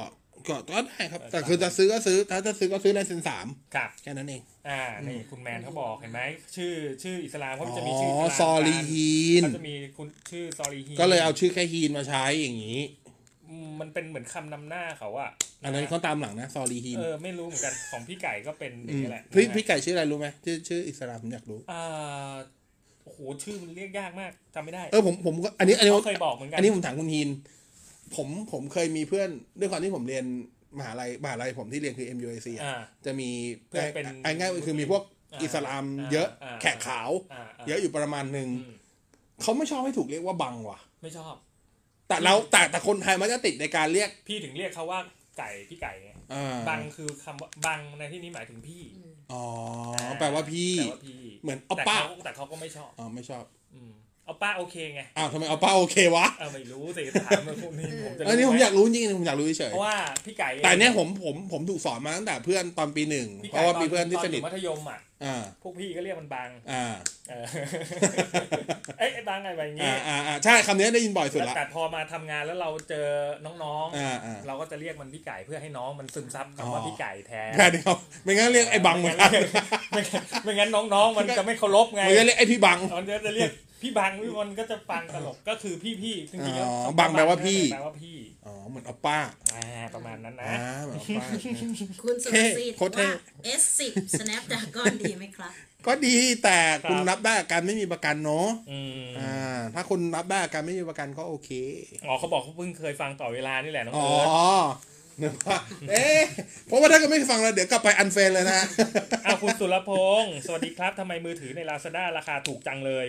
ก็ก็ได้ครับ เออ แต่คือจะซื้อก็ซื้อ ถ้าจะซื้อก็ซื้อไลเซนสาม ครับ แค่นั้นเอง อ่านี่คุณแมนเขาบอกเห็นไหมชื่อชื่ออิสลามเขา อ๋ จะมี อ ชื่ออิสลาม ซอลีฮีน เขาจะมีคุณชื่อซอลีฮีน ก็เลยเอาชื่อแค่ฮีนมาใช้อย่างนี้ อืมมันเป็นเหมือนคำนำหน้าเขาอะ อันนั้นเขาตามหลังนะ ซอลีฮีน เออไม่รู้เหมือนกันของพี่ไก่ก็เป็นอย่างนี้แหละ พี่ นะฮะ พี่ไก่ชื่ออะไรรู้ไหมชื่อชื่ออิสลามผมอยากรู้ อ่าโอ้โหชื่อมันเรียกยากมากจำไม่ได้ เออผมผมก็อันนี้อันนี้ เขาเคยบอกเหมือนกั อันนี้ผมถามคุณฮีน ผมผมเคยมีเพื่อนด้วยความที่ผมเรียนมหาลัยมหาลัยผมที่เรียนคือ MUAC อะ อ่า จะมี เพื่อนเป็น ไอ้ง่ายๆคือมีพวก อ่า อิสลาม อ่า เยอะ อ่า แขกขาว อ่าา เยอะอยู่ประมาณหนึ่ง อืม เขาไม่ชอบให้ถูกเรียกว่าบังว่ะ ไม่ชอบ แต่เราแต่แต่คนไทยมันจะติดในการเรียก พี่ถึงเรียกเขาว่าไก่พี่ไก่ไง อ่า บังคือคำว่าบังในที่นี้หมายถึงพี่ อ๋อ แปลว่าพี่ แปลว่าพี่ เหมือนเอา แต่ ป้า เขาแต่เขาก็ไม่ชอบ อ๋อไม่ชอบ อืมเอาป้าโอเคไง อ้าวทำไมเอาป้าโอเควะ เออไม่รู้สิถามมาพวกนี้ผมจะ เอันนี้ผมอยากรู้จริงๆผมอยากรู้เฉย เพราะว่าพี่ไก่ ๆแต่เนี้ยผมผมผมถูกสอนมาตั้งแต่เพื่อนตอนปีหนึ่ง พี่ เพ ไก่ ราะว่า ต มีเพื่อนที่ ต สนิท ยู่มัธยมอ่ะ อ่า พวกพี่ก็เรียกมันบาง อ่า เอ อเอ้ยไอ้บางอะไรแบบ อ่า นี้ อ่าอ่าใช่คำนี้ได้ยินบ่อยสุด แล้ว ละ แต่พอมาทำงานแล้วเราเจอน้อง อ่าอ่า ๆ เราก็จะเรียกมันพี่ไก่เพื่อให้น้องมันซึมซับคำว่าพี่ไก่แทน แค่เดียวไม่งั้นเรียกไอ้บังเหมือนกัน ไม่งั้นไม่งั้นน้องๆ มันจะไม่เคารพไง ไม่งั้นเรียกไอ้พี่บัง มันจะเรียก พี่บังพี่บอลก็จะฟังตลกก็คือพี่พี่จริงๆแล้ว อ๋อบังแปลว่าพี่ แปลว่าพี่ อ๋อเหมือนออป้า อ่าประมาณนั้นนะ อ่าเหมือนออป้า คุณสุรสิทธิ์ โคตรเท่ ว่า S10 Snapdragon ดีไหมครับ ก็ดีแต่คุณรับได้กับการไม่มีประกันเนาะ อืม อ่า ถ้าคุณรับได้กับการไม่มีประกันก็โอเค อ๋อเขาบอกเขาเพิ่งเคยฟังต่อเวลานี่แหละน้อง อ๋อ เอิร์ธ นึกว่าเอ๊ะเพราะว่าถ้าเก็ไม่ฟังแล้วเดี๋ยวกลับไปอันเฟนเลยนะ อ้าวคุณสุรพงศ์สวัสดีครับทำไมมือถือใน Lazada ราคาถูกจังเลย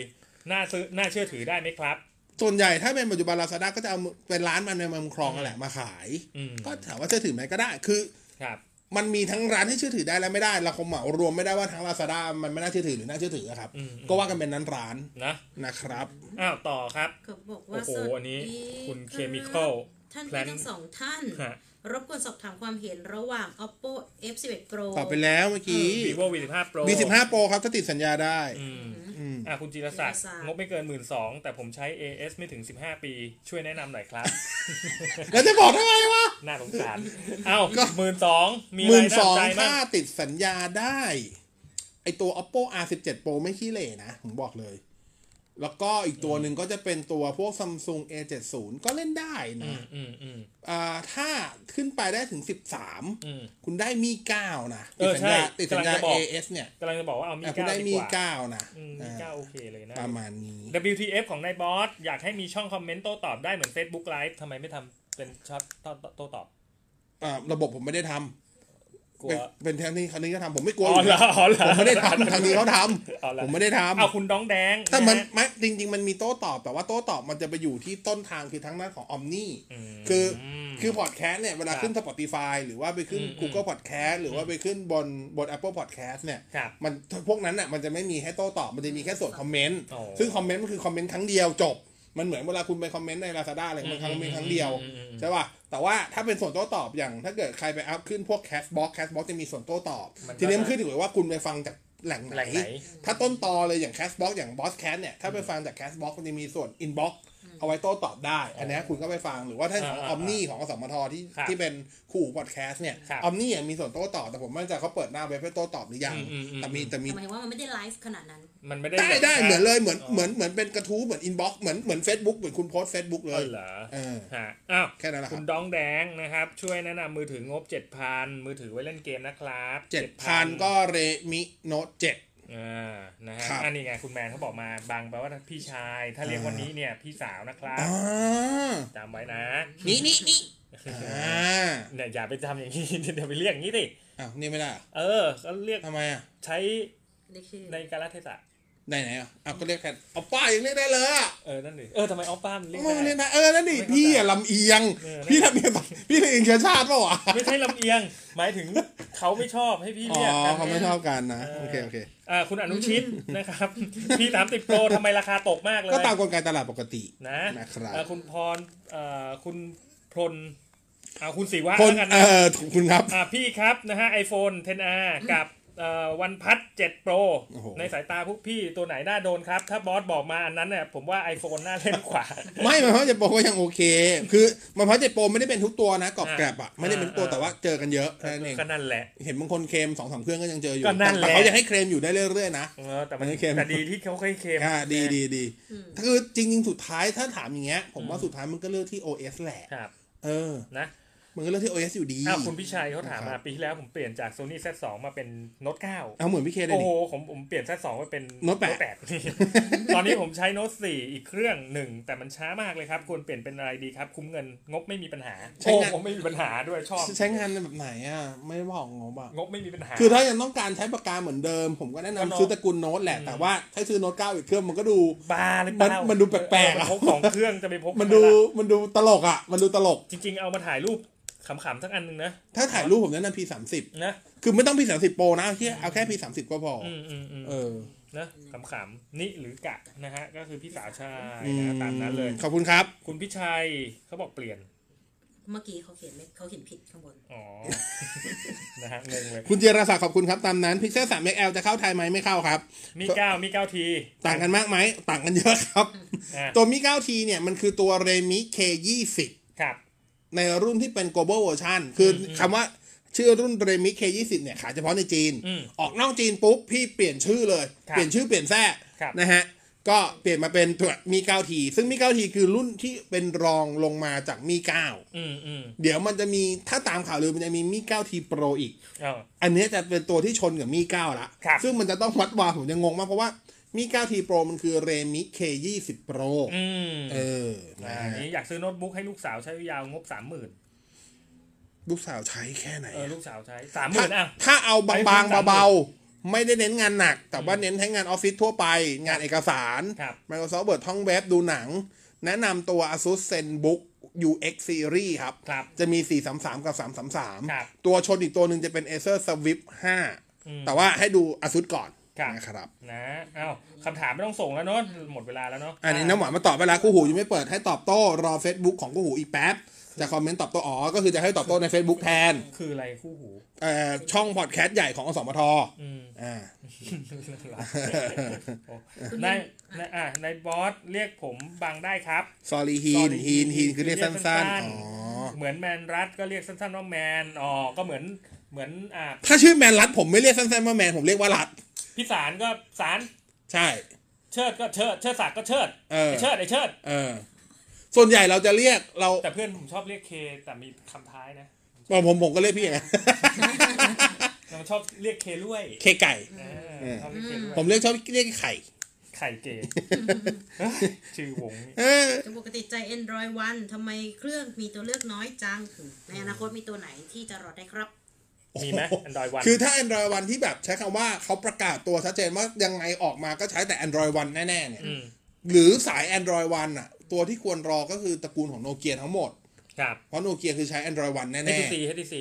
น่าซื้อน่าเชื่อถือได้ไหมครับ ส่วนใหญ่ถ้าเป็นปัจจุบันลาซาด้าก็จะเอาเป็นร้านมันในเมืองคลองนั่นแหละมาขาย อืม ก็ถามว่าเชื่อถือไหมก็ได้ คือ ครับ มันมีทั้งร้านที่เชื่อถือได้และไม่ได้เราคงเหมารวมไม่ได้ว่าทั้งลาซาด้ามันไม่น่าเชื่อถือหรือน่าเชื่อถืออะครับ อืม ก็ว่ากันเป็นนั้นร้าน นะ นะครับ อ้าวต่อครับ เขาบอกว่า โอ้โห สวัสดี อันนี้คุณเคมีค รั อบล ท่าน Plant ทั้งสองท่าน ฮะ รบกวนสอบถามความเห็นระหว่าง Oppo F11 Pro ตอบไปแล้วเมื่อกี้ vivo v15 pro B15 Pro ครับถ้าติดสัญญาได้ อืม อืม อ่ะคุณจิรศัก จิ ดิ์ รศักดิ์ งบไม่เกินหมื่นสองแต่ผมใช้ AS ไม่ถึง 15 ปี ช่วยแนะนำหน่อยครับ แล้วจะบอกทำไมวะ น่าสงสาร เอ้า ก็ หมื่นสองมี ห อะไร มื่นส น่า อง ใจมั้ ถ้าง ติดสัญญาได้ ไอตัว oppo r17 pro ไม่ขี้เหร่นะ ผมบอกเลย แล้วก็อีกตัวหนึ่งก็จะเป็นตัวพวก samsung a70 ก็เล่นได้ อื นะ มอืมอืม อ่าถ้าขึ้นไปได้ถึง อืม 13 คุณได้มี 9 นะ เอ ติอดสัญ ใช่ ญาติดสัญญาก ำลังจะบอก as เนี่ย กำลังจะบอกว่าเอามี อ่ะคุณ เก้า ได้ ดี มี กว่า 9 นะ อืมมีเก้าโอเคเลยนะ อ่าประมาณนี้ WTF ของนายบอส อยากให้มีช่องคอมเมนต์โต้ตอบได้เหมือน Facebook Live ทำไมไม่ทำเป็นช็อตโต้โต้ตอบ อ่าระบบผมไม่ได้ท กลัำเป็น ว เป็นแทนที่ครั้งนี้ก็ทำผมไม่กลัว อ๋อ อยู่ เหรอ แล้ว อ๋อเหรอ ผมไม่ได้ทำครั้งนี้เขาท เอาละ ำผมไม่ได้ทำ เอาคุณด้องแดง ถ้ามัน นะฮะ ไม่จริง ๆ มันมีโต้ตอบแต่ว่าโต้ตอบมันจะไปอยู่ที่ต้นทางคือทั้งด้านของออมนี่คือคือพอดแคสต์เนี่ยเวลา ครับ ขึ้น Spotify หรือว่าไปขึ้น อืม Google Podcast หรือว่าไปขึ้นบนบน Apple Podcast เนี่ย ครับ มันพวกนั้นน่ะมันจะไม่มีให้โต้ตอบมันจะมีแค่ส่วนคอมเมนต์ อ๋อ ซึ่งคอมเมนต์มันคือคอมเมนต์ครั้งเดียวจบ มันเหมือนเวลาคุณไปคอมเมนต์ใน Lazada อะไรมันครั้ง อืม เป็นครั้งเดียว อืมอืมอืม ใช่ป่ะแต่ว่าถ้าเป็นส่วนโต้ตอบอย่างถ้าเกิดใครไปอัพขึ้นพวก Castbox Castbox จะมีส่วนโต้ตอบ มันก็ ทีนี้มัน จะ ขึ้นอยู่กับว่าคุณไปฟังจากแหล่งไห แห น ล่งไหน ถ้าต้นตอเลยอย่างแคสบ็อกอย่างบอสแคสเนี่ย ถ้าไปฟังจากแคสบ็อกมันจะมีส่วนอินบ็อกเอาไว้โต้ตอบได้ อันเนี้ยคุณก็ไปฟังหรือว่าถ้าของอ อ่า อมนี่ของอสมทที่ ครับ ที่เป็นคู่พอดแคสต์เนี่ย ครับ ออมนี่มีส่วนโต้ตอบแต่ผมไม่แน่ใจเขาเปิดหน้าเว็บให้โต้ตอบหรือยัง อืมอืมอืม แต่มีแต่มี แต่หมายถึงว่ามันไม่ได้ไลฟ์ขนาดนั้น มันไม่ได้ ได้ได้ แบบ เหมือนเลยเหมือน อ๋อ เหมือนเหมือนเป็นกระทู้เหมือนอินบ็อกเหมือนเหมือนเฟซบุ๊กเหมือนคุณโพสเฟซบุ๊กเล เอย อเหรอ เออ ฮะอ้าว แค่นั้นแหละครับ ณดองแดงนะครับ ช่วยแนะนำมือถืองบเจ็ดพันมือถือไว้เล่นเกมนะครับ เจ็ดพันก็เรมิโนเจ็ด อ่านะฮะ ครับ อันนี้ไงคุณแมนเขาบอกมาบางแปลว่าพี่ชาย ถ้าเรียก อ่า วันนี้เนี่ยพี่สาวนะครับ อ่า จำไว้นะ นี่นี่นี่อ่า เนี่ยอย่าไปทำอย่างนี้ เดี๋ยวไปเรียกอย่างนี้ดิ อ้าวนี่ไม่ได้เหรอ เออก็เรียก ทำไมอ่ะ ใช้ นี่คือ ในการละเทศะ ไหนไหนอ่ะเอาก็เรียกแทนเอาป้ายังเรียกได้เลยอ่ะ เออนั่นดิเออทำไมออฟป้ามนเรียก มันเรียก ได้ ได้เออ นั่นดิ ไม่เข้าใจ พี่อ่ะลำเอียง เออ พี่ลำเอียง พี่ลำเอียงเชื้อชาติป่าวะ ไม่ใช่ลำเอียง หมายถึงเขาไม่ชอบให้พี่ อ๋อ เรียกกัน เขาไม่ชอบกันนะ เออ โอเค โอเค อ่าคุณอนุ ชิต นะครับ พี่สามสิบโปรทำไมราคาตกมากเลย ก็ตามกลไกตลาดปกติ นะ นะครับ อ่าคุณพรเอ่อคุณพลอ่าคุณศิวะ คน แล้วกัน เอ นะ อถูกคุณครับ อ่าพี่ครับนะฮะ iPhone 10R กับเอ่อวันพัด7 Pro โอ้โห ในสายตาพวกพี่ตัวไหนน่าโดนครับ ถ้าบอสบอกมาอันนั้นเนี่ยผมว่า iPhone น่าเล่นกว่า ไม่มันเพราะเจ็ดโปรก็ยังโอเค คือมันเพราะเจ็ดโปรไม่ได้เป็นทุกตัวนะกรอบ อ่า แกรบอ่ะ ไม่ได้เป็นทุกตัว อ่า แต่ว่าเจอกันเยอะแค่นั้นเอง ก็นั่นแหละ เห็นบางคนเคลมสองสามเครื่องก็ยังเจออยู่ ก็นั่นแหละ แต่เขายังให้เคลมอยู่ได้เรื่อยๆนะ เออแต่มัน มันไม่เค็ม แต่ดีที่เขาเคยเค็ม อ่าดีดีดี อืม คือจริงๆสุดท้ายถ้าถามอย่างเงี้ย ผมว่าสุดท้ายมันก็เลือกที่ OS แหละ ครับ เออ นะ มันก็เลือกที่ OS อยู่ดี อ้าวคุณพิชัยเขาถาม ค มา รับ ปีที่แล้วผมเปลี่ยนจาก Sony Z2 มาเป็น Note 9 เอาเหมือนพี่เคเลย โอ้ ดิ โหผมผมเปลี่ยน Z2 มาเป็น Note 8 8นี่ ตอนนี้ผมใช้ Note 4 อีกเครื่องหนึ่ง แต่มันช้ามากเลยครับ ควรเปลี่ยนเป็นอะไรดีครับ คุ้มเงินงบไม่มีปัญหา ใช่ โอ้ ไง ผมไม่มีปัญหาด้วยชอบ ใช้งานแบบไหนอ่ะ ไม่บอกงบอ่ะ งบไม่มีปัญหา คือถ้ายังต้องการใช้ปากกาเหมือนเดิม ผมก็แนะ ก็เนอะ นำซื้อตระกูลโน้ตแหละ แต่ว่าถ้าซื้อโน้ตเก้าอีกเครื่องมันก็ดู บาร์หรือเปล่า มัน มั มันดูแปลกๆอะ พกสองเครื่องจะไปพก มันดู ทำไล่ะ มันดูตลกอ่ะ มันดูตลก จริง ๆ เอามาถ่ายรูปขำๆสักอันหนึงนะ ถ้าถ่ายรูปผมแนะนำ P สามสิบ นะ คือไม่ต้อง P สามสิบโปรนะเอาแค่เอาแค่ P สามสิบก็พออ อืมอืมอืม เออ นะขำๆนี่หรือกะนะฮะก็คือพี่สาวชาย อื นะตามนั้นเลย ขอบคุณครับ คุณพิชัยเขาบอกเปลี่ยน เมื่อกี้เขาเขียนไม่เขาเขียนผิดข้างบน อ๋อ นะฮะงงเลย คุณเจรศักดิ์ขอบคุณครับตามนั้น Pixel 3 XL จะเข้าไทยไหมไม่เข้าครับ มีเก้ามีเก้าที ต่างกันมากไหมต่างกันเยอะครับ อ่ะ ตัวมิ 9T เนี่ยมันคือตัว Redmi K20 ครับ ในรุ่นที่เป็น global version คืออคำว่าชื่อรุ่น Redmi K20 เนี่ยขายเฉพาะในจีน อืม ออกนอกจีนปุ๊บ พี่เปลี่ยนชื่อเลย ครับ เปลี่ยนชื่อเปลี่ยนแท้ ครับ นะฮะ ก็เปลี่ยนมาเป็นตัวมี 9T ซึ่งมี 9T คือรุ่นที่เป็นรองลงมาจากมี อืมอืม 9 เดี๋ยวมันจะมีถ้าตามข่าวลือมันจะมีมี 9T Pro อีก อ้าว อันเนี้ยจะเป็นตัวที่ชนกับมี 9 ละ ครับ ซึ่งมันจะต้องวัดวาผมยังงงมากเพราะว่ามี 9T Pro มันคือ r e m i K20 Pro อืม เออนะ อั ฮะ นนี้อยากซื้อโน้ตบุ๊กให้ลูกสาวใช้ยาวงบสามหมื่น ลูกสาวใช้แค่ไหน เออ อะ ลูกสาวใช้สามห ถ้า มื่นอ่ะ ถ้าเอาบาง ไอ้คนสาม ๆเบาๆ ไม่ได้เน้นงานหนัก แต่ว่าเน้นใช้งานออฟฟิศทั่วไป งานเอกสาร ครับ Microsoft Word ท่องเว็บดูหนัง แนะนำตัว ASUS ZenBook UX Series ครับ ครับ จะมี 433 กับ ครับ 333 ตัวชนอีกตัวหนึ่งจะเป็น Acer Swift 5 แต่ว่าให้ดู ASUS ก่อน ครับ นะครับ นะเอ้าคำถามไม่ต้องส่งแล้วเนาะหมดเวลาแล้วเนาะ อันนี้น้ำหวานมาตอบเวลากูหูยังไม่เปิดให้ตอบโต้รอ Facebook ของกูหูอีกแป๊บ จะคอมเมนต์ตอบโต้อ๋อก็คือจะให้ตอบโต้ใน Facebook แทน คืออะไรคู่ หู เอ่อช่องพอดแคสต์ใหญ่ของอสมท อืม อ่า โอ้นายนายอ่ะนายบอสเรียกผมบังได้ครับ ซอรีฮีน Sorry ฮีน ฮีน Heen คือเรียกสั้นๆ อ๋อ เหมือนแมนรัฐก็เรียกสั้นๆว่าแมนอ๋อก็เหมือนเหมือนอ่า ถ้าชื่อแมนรัดผมไม่เรียกสั้นๆว่าแมน ผมเรียกว่ารัด พิสารก็สาร ใช่ เชิดก็เชิดเชิดศักดิ์ก็เชิด เออ ไเชิดไอเชิด เออ ส่วนใหญ่เราจะเรียกเรา แต่เพื่อนผมชอบเรียกเคแต่มีคำท้ายนะ ผมผมผมก็เรียกพี่ อย่างนั้น เราชอบเรียกเคด้วย เคไก่ เออชอบเรียกเคด้วย ผมเรียกชอบเรียกไข่ ไข่ เกชื่อวงนี่ เออ แต่ปกติใจ Android One ทำไมเครื่องมีตัวเลือกน้อยจัง ในอนาคตมีตัวไหนที่จะรอดได้ครับ มีไหมอันดอยวัน คือถ้า Android วันที่แบบใช้คำว่าเขาประกาศตัวชัดเจนว่ายังไงออกมาก็ใช้แต่ Android วันแน่ๆเนี่ย อืม หรือสาย Android วันอ่ะ ตัวที่ควรรอก็คือตระกูลของโนเกียทั้งหมด ครับ เพราะโนเกียคือใช้ Android วันแน่ เฮดี ๆ ซีเฮดีซี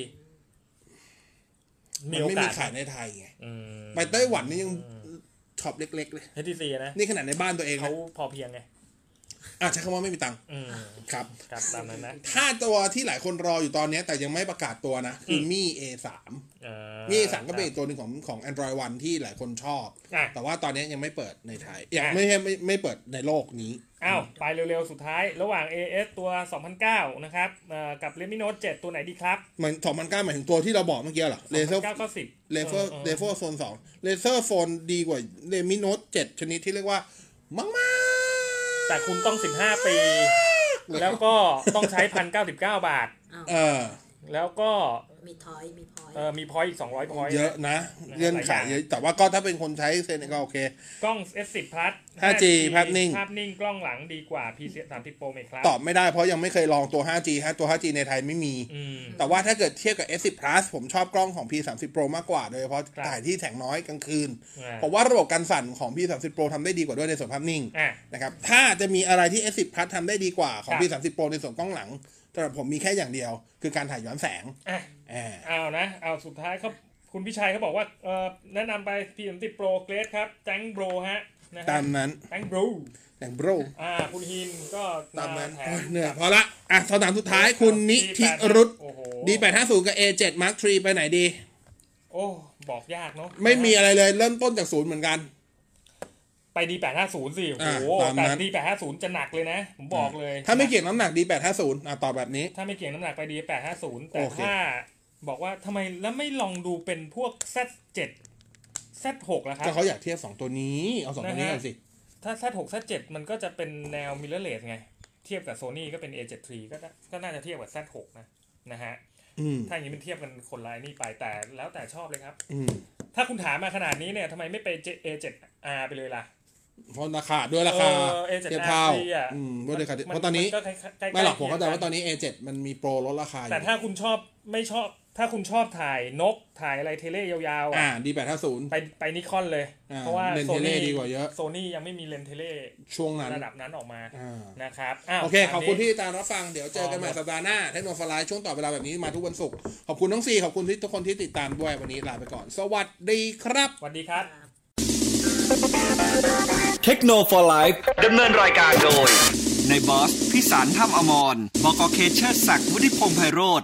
มั มี น โอ ไม่ กา มี ส ขายในไทยไง ไปไต้หวันนี่ยังช็อปเล็ก ๆ เลย เฮดีซีนะ นี่ขนาดในบ้านตัวเอง เขา นะ พอเพียงไง อ่ะใช้คำว่าไม่มีตังค์ อืม ครับ ครับตามนั้นนะ ถ้าตัวที่หลายคนรออยู่ตอนเนี้ยแต่ยังไม่ประกาศตัวนะ คืออมี่ A3 อ่า มี่ A3 ก็เป็น ค อี รับ กตัวหนึ่งของของ Android One ที่หลายคนชอบ อ่ะ แต่ว่าตอนเนี้ยยังไม่เปิดในไทย ยัง อ่ะ ไม่ใช่ไม่ไม่เปิดในโลกนี้ อ้าวไปเร็วๆ สุดท้าย ระหว่าง AS ตัว 2009 นะครับเอ่อกับ Redmi Note 7 ตัวไหนดีครับ มันสองพันเก้าหมายถึงตัวที่เราบอกเมื่อกี้เหรอเลเซอร์ 9 90 เลเซอร์เลเซอร์โซนสองเลเซอร์โฟนดีกว่าเลมิโนตเจ็ดชนิดที่เรียกว่ามากๆ แต่คุณต้อง 15 ปี แล้วก็ต้องใช้ 1,099 บาท เออ แล้วก็ มีทอย มีพอย เอ่อมีพอยต์อีก 200 พอยต์ เยอะนะเงื่อนไขเยอะแต่ว่าก็ถ้าเป็นคนใช้เซนก็โอเค กล้อง S10 Plus 5G ภาพนิ่ง ภาพนิ่งกล้องหลังดีกว่า PC 30 Pro ไหมครับ ตอบไม่ได้เพราะยังไม่เคยลองตัว 5G ฮะตัว 5G ในไทยไม่มี อืม แต่ว่าถ้าเกิดเทียบกับ S10 Plus ผมชอบกล้องของ P30 Pro มากกว่า โดยเฉพาะ ครับ ถ่ายที่แสงน้อยกลางคืน อ่า เพราะว่าระบบการสั่นของ P30 Pro ทำได้ดีกว่าด้วยในส่วนภาพนิ่ง อ่ะ นะครับถ้าจะมีอะไรที่ S10 Plus ทำได้ดีกว่าของ ครับ P30 Pro ในส่วนกล้องหลังสำหรับผมมีแค่อย่างเดียว คือการถ่ายย้อนแสง อ่ะ อ่า เอานะ เอาสุดท้ายครับคุณพิชัยเขาบอกว่าเอ่อแนะนำไป P30 Pro Great ครับแตงโบรฮะนะฮะ ตามนั้น แตงโบร อย่างโบร อ่าคุณฮินก็ ตามนั้น แถ โอ้ ม ยเหนื่อยพอละอ่ะสนามสุดท้ายคุณนิธิรุต โอ้โห ดี850กับ A7 Mark III ไปไหนดี โอ้บอกยากเนาะ ไม่มีอะไรเลยเริ่มต้นจากศูนย์เหมือนกัน ไปดีแปดห้าศูนย์สิโอ้โห อ่าตามนั้ แต่ น ดีแปดห้าศูนย์จะหนักเลยนะ ผมบอกเลย ถ้าไม่เกี่ยงน้ำหนักดี850อ่ะตอบแบบนี้ ถ้าไม่เกี่ยงน้ำหนักไปดีแปดห้าศูนย์แต่ โอเค ถ้าบอกว่าทำไมแล้วไม่ลองดูเป็นพวก Z เจ็ด Z หกละครั ก็ บ เขาอยากเทียบ 2 ตัวนี้ เอา 2 ตัวนี้กันสิ ถ้า Z หก Z เจ็ดมันก็จะเป็นแนวมิเ r อร์เลสไง เทียบกับโซนี่ก็เป็น A 7 III ก็ได้ก็น่าจะเทียบกับ Z หกนะนะฮะ อืม ถ้าอย่างนี้มันเทียบกันคนละไอ้นี่ไปแต่แล้วแต่ชอบเลยครับ อืม ถ้าคุณถามมาขนาดนี้เนี่ยทำไมไม่ไป A7R ไปเลยล่ะ เพราะราคาด้วยราคา เออ A7 เทียบเท่า R3 อ่ะ อืมด้วยราคา มั เพราะตอนนี้ มัก็ใกล้ๆ ไม่หรอกผม ใล้ๆเข้าใจว่าตอน น นี้ A7 มันมีโปรลดราคาอยู่ แต่ถ้าคุณชอบไม่ชอบ ถ้าคุณชอบถ่ายนกถ่ายอะไรเทเลยาวๆ อ่า อ่ะ ดี850 ไปไปนิคอนเลย อ่า เพราะว่า เลนส์ โซ เทเล นี่ ดีกว่าเยอะ โซนี่ยังไม่มีเลนส์เทเล ช่วงนั้น ระดับนั้นออกมา อ่า นะครับอ้าว โอเค ตามนี้ ขอบคุณที่ตามรับฟังเดี๋ยวเจอกันใหม่สัปดาห์หน้าเทคโนโลยีช่วงต่อเวลาแบบนี้มาทุกวันศุกร์ขอบคุณทั้งสี่ขอบคุณที่ทุกคนที่ติดตามด้วยวันนี้ลาไปก่อน สวัสดีครับ สวัสดีครับ เทคโนโลยี ดำเนินรายการโดย ในบอสพิสารถ้ำอมรบอกอเคเชอร์ศักดิ์วุฒิพงษ์ไพโรธ